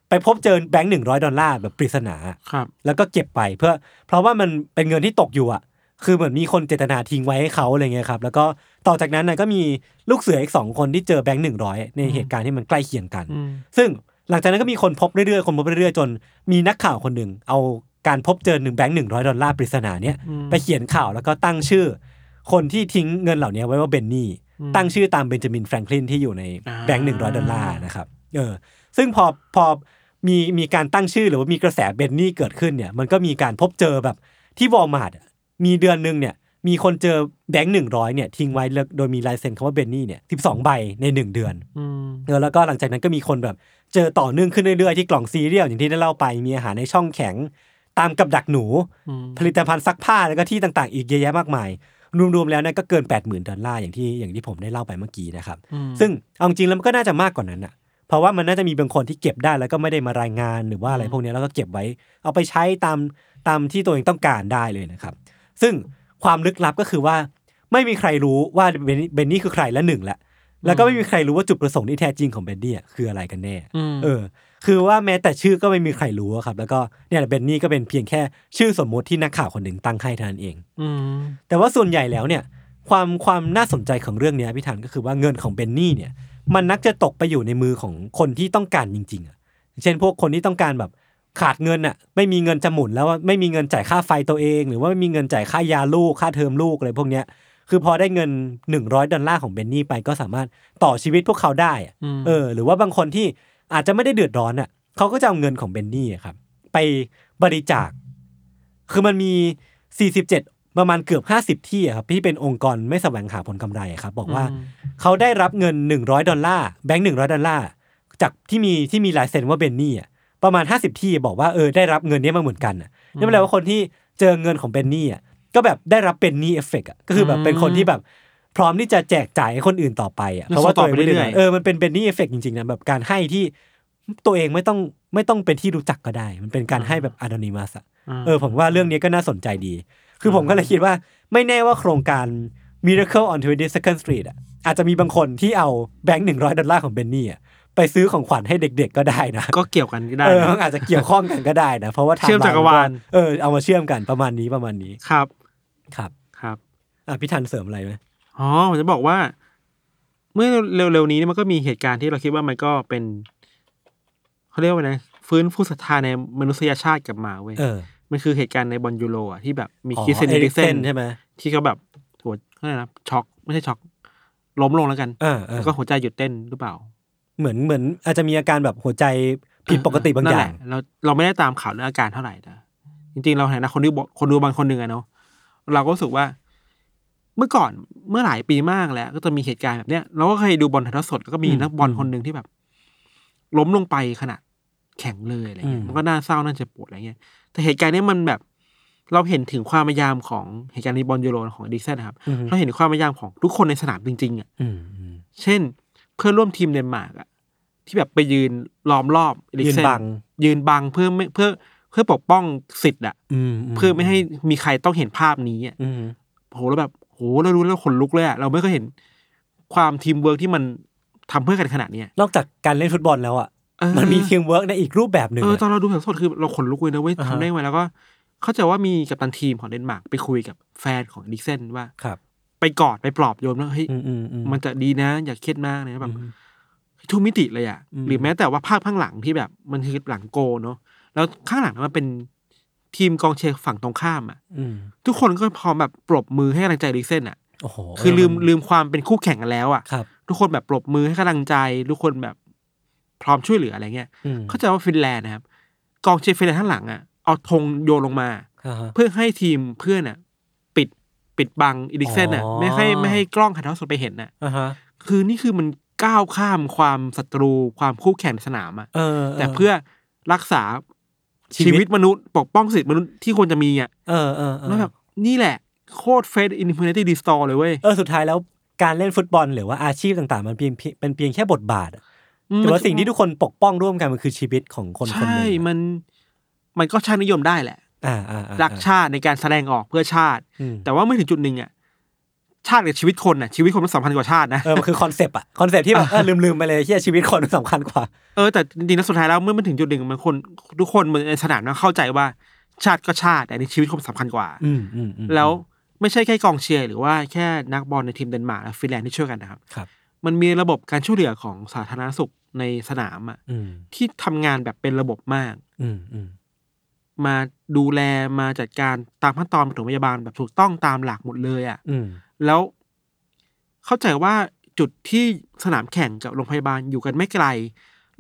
[SPEAKER 4] ไปพบเจอแบงค์หนึ่งร้อยดอลลาร์แบบปริศนา
[SPEAKER 5] ครับ
[SPEAKER 4] แล้วก็เก็บไปเพื่อ เพราะว่ามันเป็นเงินที่ตกอยู่อ่ะ คือเหมือนมีคนเจตนาทิ้งไว้ให้เขาอะไรเงี้ยครับ แล้วก็ต่อจากนั้นนะก็มีลูกเสืออีกสองคนที่เจอแบงค์หนึ่งร้อยในเหตุการณ์ที่มันใกล้เคียงกัน
[SPEAKER 5] อืม
[SPEAKER 4] ซึ่งหลังจากนั้นก็มีคนพบเรื่อยๆ คนพบเรื่อยๆ จนมีนักข่าวคนหนึ่งเอาการพบเจอหนึ่งแบงค์หนึ่งร้อยดอลลาร์ปริศนาเนี่ยไปเขียนข่าวแล้วก็ตั้งชื่อ คนที่ทิ้งเงินเหล่านี้ไว้ว่าเบนนี่ ตั้งชื่อตามเบนจามินแฟรงคลินที่อยู่ในแบงค์หนึ่งร้อยดอลลาร์นะครับ เออ ซึ่งพอพอมีมีการตั้งชื่อหรือว่ามีกระแสเบนนี่เกิดขึ้นเนี่ย มันก็มีการพบเจอแบบที่วอลมาร์ทมีเดือนหนึ่งเนี่ย มีคนเจอแบงค์หนึ่งร้อยเนี่ยทิ้งไว้แล้วโดยมีลายเซ็นคำว่าเบนนี่เนี่ยสิบสองใบในหนึ่งเดือน
[SPEAKER 5] อืม
[SPEAKER 4] เออแล้วก็หลังจากนั้นก็มีคนแบบเจอต่อเนื่องขึ้นเรื่อยๆ ที่กล่องซีเรียลอย่างที่ได้เล่าไปมีอาหารในช่องแข็ง ตามกับดักหนู ผลิตภัณฑ์ซักผ้าแล้วก็ที่ต่างๆ อีกเยอะแยะมากมาย รวมๆแล้วเนั่นก็เกิน 8 0,000 ดอลลาร์อย่างที่อย่างที่ผมได้เล่าไปเมื่อกี้นะครับ ซึ่งเอาจริงๆแล้วมันก็น่าจะมากกว่านั้นอ่ะ เพราะว่ามันน่าจะมีบางคนที่เก็บได้แล้วก็ไม่ได้มารายงานหรือว่าอะไรพวกเนี้ยแล้วก็เก็บไว้ เอาไปใช้ตามตามที่ตัวเองต้องการได้เลยนะครับ ซึ่งความลึกลับก็คือว่า ไม่มีใครรู้ว่าเบนนี่เบนนี่คือใครและหนึ่งละ แล้วก็ไม่มีใครรู้ว่าจุดประสงค์ที่แท้จริงของเบนนี่อะคืออะไรกันแน่ เออ คือว่าแม้แต่ชื่อก็ไม่มีใครรู้อะครับ แล้วก็เนี่ยแหละเบนนี่ก็เป็นเพียงแค่ชื่อสมมุติที่นักข่าวคนหนึ่งตั้งให้เท่านั้นเอง
[SPEAKER 5] อืม
[SPEAKER 4] แต่ว่าส่วนใหญ่แล้วเนี่ยความความน่าสนใจของเรื่องเนี้ยพี่ธันก็คือว่าเงินของเบนนี่เนี่ยมันนักจะตกไปอยู่ในมือของคนที่ต้องการจริงๆอ่ะเช่นพวกคนที่ต้องการแบบขาดเงินอ่ะไม่มีเงินจะหมุนแล้วอะไม่มีเงินจ่ายค่าไฟตัวเอง หรือว่าไม่มีเงินจ่ายค่ายาลูกค่าเทอมลูกอะไรพวกเนี้ยคือพอได้เงิน 100 ดอลลาร์ของเบนนี่ไปก็สามารถต่อชีวิตพวกเขาได้อะเออหรือว่าบางคนที่อาจจะไม่ได้เดือดร้อนอ่ะเขาก็จะเอาเงินของเบนนี่อะครับไปบริจาค คือมันมี 47 ประมาณเกือบ 50 ที่อะครับที่เป็นองค์กรไม่แสวงหาผลกำไรอะครับ บอกว่าเขาได้รับเงิน 100 ดอลลาร์แบงค์100 ดอลลาร์จากที่มีที่มีลายเซ็นว่าเบนนี่อะประมาณ 50 ที่บอกว่าเออได้รับเงินเนี้ยมาเหมือนกันอะนั่นแปลว่าคนที่เจอเงินของเบนนี่อะก็แบบได้รับเบนนี่เอฟเฟกอะก็คือแบบเป็นคนที่แบบพร้อมที่จะแจกจ่ายให้คนอื่นต่อไปอะเพราะว่าตัวเองไม่ได้เหนื่อย
[SPEAKER 5] แล้วส่งต่อไปเรื่อยๆ
[SPEAKER 4] เออมันเป็นเบนนี่เอฟเฟกจริงๆนะแบบการให้ที่ตัวเองไม่ต้องไม่ต้องเป็นที่รู้จักก็ได้ มันเป็นการให้แบบอนอนิมัสอะ เออผมว่าเรื่องนี้ก็น่าสนใจดี คือผมก็เลยคิดว่าไม่แน่ว่าโครงการ Miracle on 22nd Street อ่ะอาจจะมีบางคนที่เอาแบงค์หนึ่งร้อยดอลลาร์ของเบนนี่อ่ะไปซื้อของขวัญให้เด็กๆก็ได้นะ
[SPEAKER 5] ก็เกี่ยวกันก็ได้
[SPEAKER 4] เออ
[SPEAKER 5] นะ
[SPEAKER 4] มันอาจจะเกี่ยวข้องกันก็ได้นะ เพราะว่าไทม์
[SPEAKER 5] เชื่อมจักรวา
[SPEAKER 4] ไน์มั
[SPEAKER 5] ล
[SPEAKER 4] นเออเอามาเชื่อมกันประมาณนี้ประมาณนี้
[SPEAKER 5] ครับ
[SPEAKER 4] ครับ
[SPEAKER 5] ครับ
[SPEAKER 4] อ่ะพี่ทันเสริมอะไรไหม
[SPEAKER 5] อ๋อผมจะบอกว่า เมื่อเร็วๆนี้เนี่ยมันก็มีเหตุการณ์ที่เราคิดว่ามันก็เป็นเขาเรียกว่าไงฟื้นฟูศรัทธาในมนุษยชาติกลับมาเว้ย
[SPEAKER 4] เออ
[SPEAKER 5] มันคือเหตุการณ์ในบอลยูโรอ่ะที่แบบมี
[SPEAKER 4] อ๋อ
[SPEAKER 5] คริสเซน
[SPEAKER 4] เอ
[SPEAKER 5] เอ
[SPEAKER 4] ริ
[SPEAKER 5] ริ
[SPEAKER 4] ก
[SPEAKER 5] ก
[SPEAKER 4] เซ
[SPEAKER 5] เซ
[SPEAKER 4] น
[SPEAKER 5] น
[SPEAKER 4] ใช่ไหม
[SPEAKER 5] ที่เขาแบบหัวเขาเรียกอะไรนะช็อกไม่ใช่ช็อกล้มลงแล้วกัน
[SPEAKER 4] เออเออ
[SPEAKER 5] แล้วก็หัวใจหยุดเต้นหรือเปล่า
[SPEAKER 4] เหมือนเหมือนอาจจะมีอาการแบบหัวใจผิดปกติบาง
[SPEAKER 5] นั่
[SPEAKER 4] อน
[SPEAKER 5] แห
[SPEAKER 4] ย่าง
[SPEAKER 5] ละเราเราไม่ได้ตามข่าวเรื่องอาการเท่าไหร่นะจริงๆเราในฐานะคนดูคนดูบางคนหนึ่งอะเนาะเราก็รู้สึกว่า เมื่อก่อนเมื่อหลายปีมากแล้ว ก็จะมีเหตุการณ์แบบเนี้ยเราก็เคยดูบอลถ่ายทอดสดแล้วก็มี
[SPEAKER 4] อืม
[SPEAKER 5] นักบอลคนหนึ่งที่แบบ ล้มลงไปขนาดแข็งเลยอะไรเงี้ย
[SPEAKER 4] อืม
[SPEAKER 5] มันก็น่าเศร้าน่าเจ็บปวดอะไรเงี้ย แต่เหตุการณ์เนี้ยมันแบบ เราเห็นถึงความพยายามของเหตุการณ์ในบอลยูโรของดิกเซนนะครับ
[SPEAKER 4] อือฮึ
[SPEAKER 5] เราเห็นความพยายามของทุกคนในสนามจริงๆอ่ะ
[SPEAKER 4] อืมอืม
[SPEAKER 5] เช่น เพื่อนร่วมทีมเดนมาร์กอ่ะที่แบบไปยืนล้อมรอบเอลิ
[SPEAKER 4] ยื
[SPEAKER 5] ก
[SPEAKER 4] น
[SPEAKER 5] เซน
[SPEAKER 4] บัง
[SPEAKER 5] ยืนบังเพื่อไม่เพื่อเพื่อปกป้องสิทธิ์อ่ะ
[SPEAKER 4] ม
[SPEAKER 5] เพื่อไม่ให้มีใครต้องเห็นภาพนี้อ่ะ
[SPEAKER 4] อืม
[SPEAKER 5] โหแล้วแบบโหเรารู้แล้วขนลุกเลยอะเราไม่เคยเห็นความทีมเวิร์กที่มันทำเพื่อกันขนาดเนี้ย
[SPEAKER 4] นอกจากการเล่นฟุตบอลแล้วอ่ะ
[SPEAKER 5] เออ
[SPEAKER 4] มันมีเทีมเวิร์กในอีกรูปแบบหนึ่ง
[SPEAKER 5] เออ
[SPEAKER 4] อะ
[SPEAKER 5] ตอนเราดูแบบสดคือเราขนลุกเลยนะเว้ย
[SPEAKER 4] อ่าฮะ
[SPEAKER 5] ทำได้ไงแล้วก็ เข้าใจว่ามีกัปตันทีมของเดนมาร์กไปคุยกับแฟนของดิกเซนว่า
[SPEAKER 4] ครับ
[SPEAKER 5] ไปกอดไปปลอบโยนว่าเฮ้ย
[SPEAKER 4] อืมอืมอืม
[SPEAKER 5] มันจะดีนะ อย่าเครียดมากนะแบบ
[SPEAKER 4] อืม
[SPEAKER 5] ทุกมิติเลยอะ
[SPEAKER 4] อืม
[SPEAKER 5] หรือแม้แต่ว่าภาพข้างหลังที่แบบ มันคือหลังโกลเนาะแล้วข้างหลังมันเป็นทีมกองเชียร์ฝั่งตรงข้ามอะ
[SPEAKER 4] อืม
[SPEAKER 5] ทุกคนก็พร้อมแบบปรบมือให้กำลังใจดิกเซนอะ
[SPEAKER 4] โอ้โห
[SPEAKER 5] คือลืม
[SPEAKER 4] เน
[SPEAKER 5] ลืมความเป็นคู่แข่งกันแล้วอะ
[SPEAKER 4] ครับ
[SPEAKER 5] ทุกคนแบบปรบมือให้กำลังใจ ทุกคนแบบพร้อมช่วยเหลืออะไรเงี้ย
[SPEAKER 4] อืม
[SPEAKER 5] เข้าใจว่าฟินแลนด์นะครับ กองเชียร์ฟินแลนด์ข้างหลังอ่ะเอาธงโยนลงมา
[SPEAKER 4] อ่าฮะ
[SPEAKER 5] เพื่อให้ทีมเพื่อนอ่ะ ปิดปิดบังอีลิกเซนอ่ะ
[SPEAKER 4] อ๋อ
[SPEAKER 5] ไม่ให้ไม่ให้กล้องถ่ายทอดสดไปเห็นน่ะ
[SPEAKER 4] อ่าฮะ
[SPEAKER 5] คือนี่คือมันก้าวข้ามความศัตรูความคู่แข่งในสนามอ่ะ
[SPEAKER 4] เออ
[SPEAKER 5] แต่เพื่อรักษา
[SPEAKER 4] ชีวิต
[SPEAKER 5] ชีวิตมนุษย์ปกป้องสิทธิมนุษย์ที่ควรจะมีอ่ะ
[SPEAKER 4] เออเออเออ
[SPEAKER 5] แล้วแบบนี่แหละโคตรเฟสอินฟินิตี้ดีสตอร์เลยเว้ย
[SPEAKER 4] เออสุดท้ายแล้วการเล่นฟุตบอลหรือว่าอาชีพต่างๆ มันเพียงเป็นเพียงแค่บทบาทอะ
[SPEAKER 5] อืม
[SPEAKER 4] แต่
[SPEAKER 5] มั
[SPEAKER 4] ว่าน สิ่งที่ทุกคนปกป้องร่วมกันมันคือชีวิตของคนคนห
[SPEAKER 5] ใช่
[SPEAKER 4] นึ่ง
[SPEAKER 5] มัน มันก็ชาตินิยมได้แหละ
[SPEAKER 4] อ่าอ่าอ่า
[SPEAKER 5] รักชาติในการแสดงออกเพื่อชาติ
[SPEAKER 4] อืม
[SPEAKER 5] แต่ว่าเมื่อถึงจุดหนึ่งอ่ะ ชาติกับชีวิตคนอ่ะ ชีวิตคนมันสำคัญกว่าชาตินะ
[SPEAKER 4] เออมันคือคอนเซปต์อะคอนเซปต์ที่แบบเออลืมลืมไปเลยที่ชีวิตคนสำคัญกว่า
[SPEAKER 5] เออ แต่จริงๆแล้วสุดท้ายแล้วเมื่อมันถึงจุดหนึ่งมันคน ทุกคนมันในสนามมันเข้าใจว่า ชาติก็ชาติ แต่ในชีวิตคนสำคัญกว่า
[SPEAKER 4] อืมอืมอืม
[SPEAKER 5] แล้วไม่ใช่แค่กองเชียร์หรือว่าแค่นักบอลในทีมเดนมาร์กและฟินแลนด์ที่ช่วยกันนะครับ
[SPEAKER 4] ครับ
[SPEAKER 5] มันมีระบบการช่วยเหลือของสาธารณสุขในสนามอ่ะ
[SPEAKER 4] อืม
[SPEAKER 5] ที่ทำงานแบบเป็นระบบมาก
[SPEAKER 4] อืมอืม
[SPEAKER 5] มาดูแลมาจัดการตามขั้นตอนปฐมพยาบาลแบบถูกต้องตามหลักหมดเลยอะ่ะ
[SPEAKER 4] อืม
[SPEAKER 5] แล้วเข้าใจว่าจุดที่สนามแข่งกับโรงพยาบาลอยู่กันไม่ไกล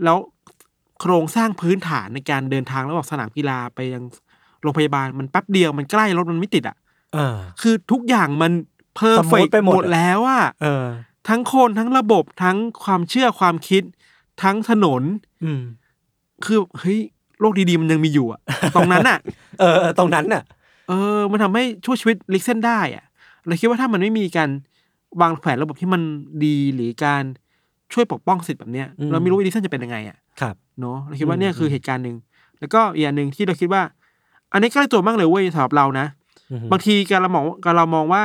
[SPEAKER 5] แล้วโครงสร้างพื้นฐานในการเดินทางระหว่างสนามกีฬาไปยังโรงพยาบาลมันแป๊บเดียวมันใกล้รถมันไม่ติดอะ่ะ
[SPEAKER 4] อ่า
[SPEAKER 5] คือทุกอย่างมันเพอร์เฟ
[SPEAKER 4] สมูทไปหมด
[SPEAKER 5] หมดแล้วอะ่ะ
[SPEAKER 4] เออ
[SPEAKER 5] ทั้งคนทั้งระบบทั้งความเชื่อความคิด ทั้งถนน
[SPEAKER 4] อืม
[SPEAKER 5] คือเฮ้ยโลกดีๆมันยังมีอยู่ อะตรงนั้นอ่ะ
[SPEAKER 4] เออเออตรงนั้นน่ะ
[SPEAKER 5] เออ มันทำให้ช่วยชีวิตลิกเส้นได้อะเราคิดว่าถ้ามันไม่มีการวางแผนระบบที่มันดีหรือการช่วยปกป้องสิทธิ์แบบเนี้ย
[SPEAKER 4] อืม
[SPEAKER 5] เราไม่รู้ว่าลิกเส้นจะเป็นยังไงอะ
[SPEAKER 4] ครับ
[SPEAKER 5] เนาะเราคิดว่าเนี่ยคือเหตุการณ์หนึ่ง แล้วก็อีกอย่างหนึ่งที่เราคิดว่า อันนี้ใกล้ตัวมากเลยเว้ยสำหรับเรานะ
[SPEAKER 4] อือฮึ
[SPEAKER 5] บางทีการเรามองการเรามองว่า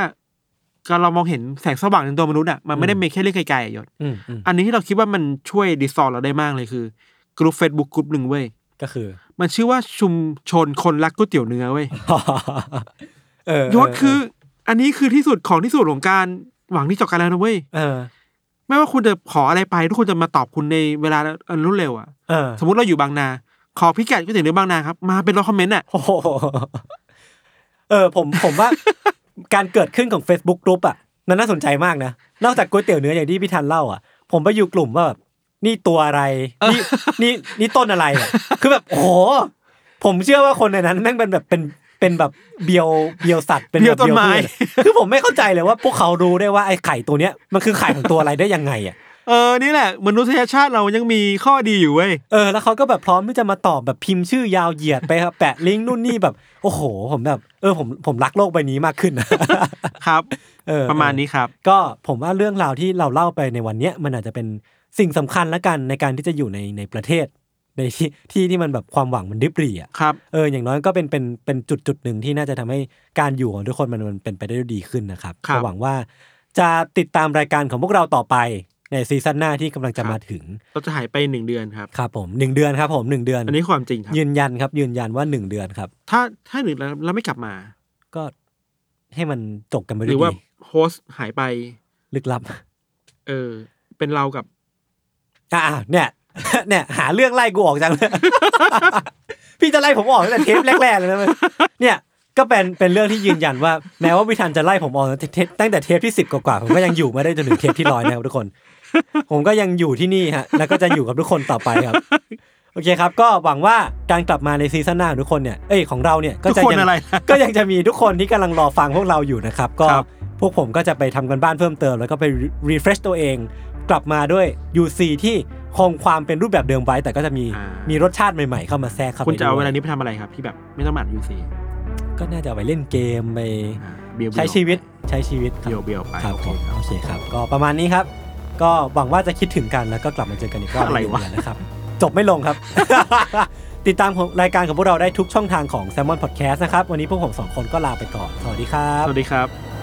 [SPEAKER 5] การเรามองเห็นแสงสว่างในตัวมนุษย์อะมันไม่ได้เป็นแค่เรื่องไกลๆอะยศ
[SPEAKER 4] อืมอืม
[SPEAKER 5] อันนี้ที่เราคิดว่ามันช่วยดิสซอลเราได้มากเลยคือกลุ่มเฟซบุ๊กกลุ่มหนึ่งเว้ย
[SPEAKER 4] ก็ คือ
[SPEAKER 5] มันชื่อว่าชุมชนคนรักก๋วยเตี๋ยวเนื้อเว้ย
[SPEAKER 4] เออย
[SPEAKER 5] ศคืออันนี้คือที่สุดของที่สุดของการหวังที่จบกันแล้วนะเว้ย
[SPEAKER 4] เออ
[SPEAKER 5] ไม่ว่าคุณจะขออะไรไป ทุกคนจะมาตอบคุณในเวลาอันรวดเร็วอะ
[SPEAKER 4] เออ
[SPEAKER 5] สมมติเราอยู่บางนา ขอพิกัดก๋วยเตี๋ยวเรือบางนาครับ มาเป็นร้อยคอมเมนต์อะ
[SPEAKER 4] โอ้โห เออ ผมผมว่า การเกิดขึ้นของ Facebook กรุ๊ปอ่ะมันน่าสนใจมากนะ นอกจากก๋วยเตี๋ยวเนื้ออย่างที่พี่ทันเล่าอ่ะ ผมไปอยู่กลุ่มว่าแบบนี่ตัวอะไร นี่นี่นี่ต้นอะไรอะคือแบบโอ้โหผมเชื่อว่าคนในนั้นแม่งเป็นแบบเป็น เป็นแบบเบียวเบียวสัตว์เป็นแบบ
[SPEAKER 5] เบียวต้นไม้
[SPEAKER 4] พืชคือผมไม่เข้าใจเลยว่าพวกเขารู้ได้ว่าไอ้ไข่ตัวเนี้ยมันคือไข่ของตัวอะไรได้ยังไงอ่ะ
[SPEAKER 5] เออนี่แหละ มนุษยชาติเรายังมีข้อดีอยู่เว้ย
[SPEAKER 4] เออแล้วเขาก็แบบพร้อมที่จะมาตอบแบบพิมพ์ชื่อยาวเหยียดไปครับ แปะลิงก์นู่นนี่แบบ โอ้โห ผมแบบ เออผมผมรักโลกใบนี้มากขึ้น
[SPEAKER 5] ครับ
[SPEAKER 4] เออ
[SPEAKER 5] ประมาณนี้ครับ
[SPEAKER 4] ก็ผมว่าเรื่องราวที่เราเล่าไปในวันเนี้ยมันอาจจะเป็นสิ่งสำคัญละกันในการที่จะอยู่ในในประเทศ ในที่ที่ที่มันแบบความหวังมันดิบหรี่อ่ะ
[SPEAKER 5] ครับ
[SPEAKER 4] เอออย่างน้อยก็เป็นเป็นเป็นจุดจุดหนึ่งที่น่าจะทำให้การอยู่ของทุกคนมันมันเป็นไปได้ด้วยดีขึ้นนะครับ
[SPEAKER 5] ครับ
[SPEAKER 4] ก็หวังว่าจะติดตามรายการของพวกเราต่อไปในซีซั่นหน้าที่กำลังจะ
[SPEAKER 5] ครับ
[SPEAKER 4] มาถึง
[SPEAKER 5] เราจะหายไปหนึ่งเดือนครับ
[SPEAKER 4] ครับผมหนึ่งเดือนครับผมหนึ่งเดือน
[SPEAKER 5] อันนี้ความจริงครับ
[SPEAKER 4] ยืนยันครับ ยืนยันว่าหนึ่งเดือนครับ
[SPEAKER 5] ถ้าถ้าหนึ่งแล้วแล้วไม่กลับมา
[SPEAKER 4] ก็ให้มันจบกันไป
[SPEAKER 5] ห
[SPEAKER 4] ด้ว
[SPEAKER 5] รื
[SPEAKER 4] ย
[SPEAKER 5] อว่า
[SPEAKER 4] ดี
[SPEAKER 5] โฮสต์หายไป
[SPEAKER 4] ลึกลับ
[SPEAKER 5] เออ เป็นเรากับ
[SPEAKER 4] อ่าเนี่ย เนี่ย หาเรื่องไล่กูออก จังเลย พี่จะไล่ผมออกตั้งแต่เทปแรกๆเลยนะเว้ย เนี่ยก็เป็นเป็นเรื่องที่ยืนยันว่าแม้ว่าพี่ทันจะไล่ผมออกตั้งแต่เทปตั้งแต่เทปที่สิบกว่าๆผมก็ยังอยู่มาได้จนถึงเทปที่ร้อยนะครับทุกคน ผมก็ยังอยู่ที่นี่ฮะ แล้วก็จะอยู่กับทุกคนต่อไปครับ โอเคครับ ก็หวังว่าการกลับมาในซีซั่นหน้าของทุกคนเนี่ยเอ้ยของเราเนี่ยก็จะ
[SPEAKER 5] ทุกคน
[SPEAKER 4] ยั
[SPEAKER 5] อะไร
[SPEAKER 4] ก็ยังจะมีทุกคนที่กำลังรอฟังพวกเราอยู่นะครับ ก็
[SPEAKER 5] ครับ
[SPEAKER 4] พวกผมก็จะไปทำกันบ้านเพิ่มเติม แล้วก็ไป refresh ตัวเอง กลับมาด้วย UC ที่คงความเป็นรูปแบบเดิมไว้ แต่ก็จะมี
[SPEAKER 5] อ่า
[SPEAKER 4] มี
[SPEAKER 5] มี
[SPEAKER 4] รสชาติใหม่ๆเข้ามาแทรกเข้าไป
[SPEAKER 5] คุณจะเอาเว
[SPEAKER 4] ด้
[SPEAKER 5] ลา
[SPEAKER 4] วย
[SPEAKER 5] นี้ไปทำอะไรครับ ที่แบบไม่ต้องมาอยู่ซี
[SPEAKER 4] ก็น่าจะเอาไปเล่นเกมไป
[SPEAKER 5] อ่าเบียวๆ
[SPEAKER 4] ใช้ชีวิตใช้ชีวิตครั
[SPEAKER 5] เบียวเบียวๆไป
[SPEAKER 4] ครับ
[SPEAKER 5] โอเค
[SPEAKER 4] ผม
[SPEAKER 5] ครับ
[SPEAKER 4] โอเคครับ ก็ประมาณนี้ครับ ก็หวังว่าจะคิดถึงกันแล้วก็กลับมาเจอกันอีกรอบ
[SPEAKER 5] อะไรวะ
[SPEAKER 4] ในเดือนนะครับ จบไม่ลงครับ ติดตามของรายการของพวกเราได้ทุกช่องทางของ s ซ l m o n Podcast นะครับ วันนี้พวกผมสองคนก็ลาไปก่อน สวัสดีครับ
[SPEAKER 5] สวัสดีครับ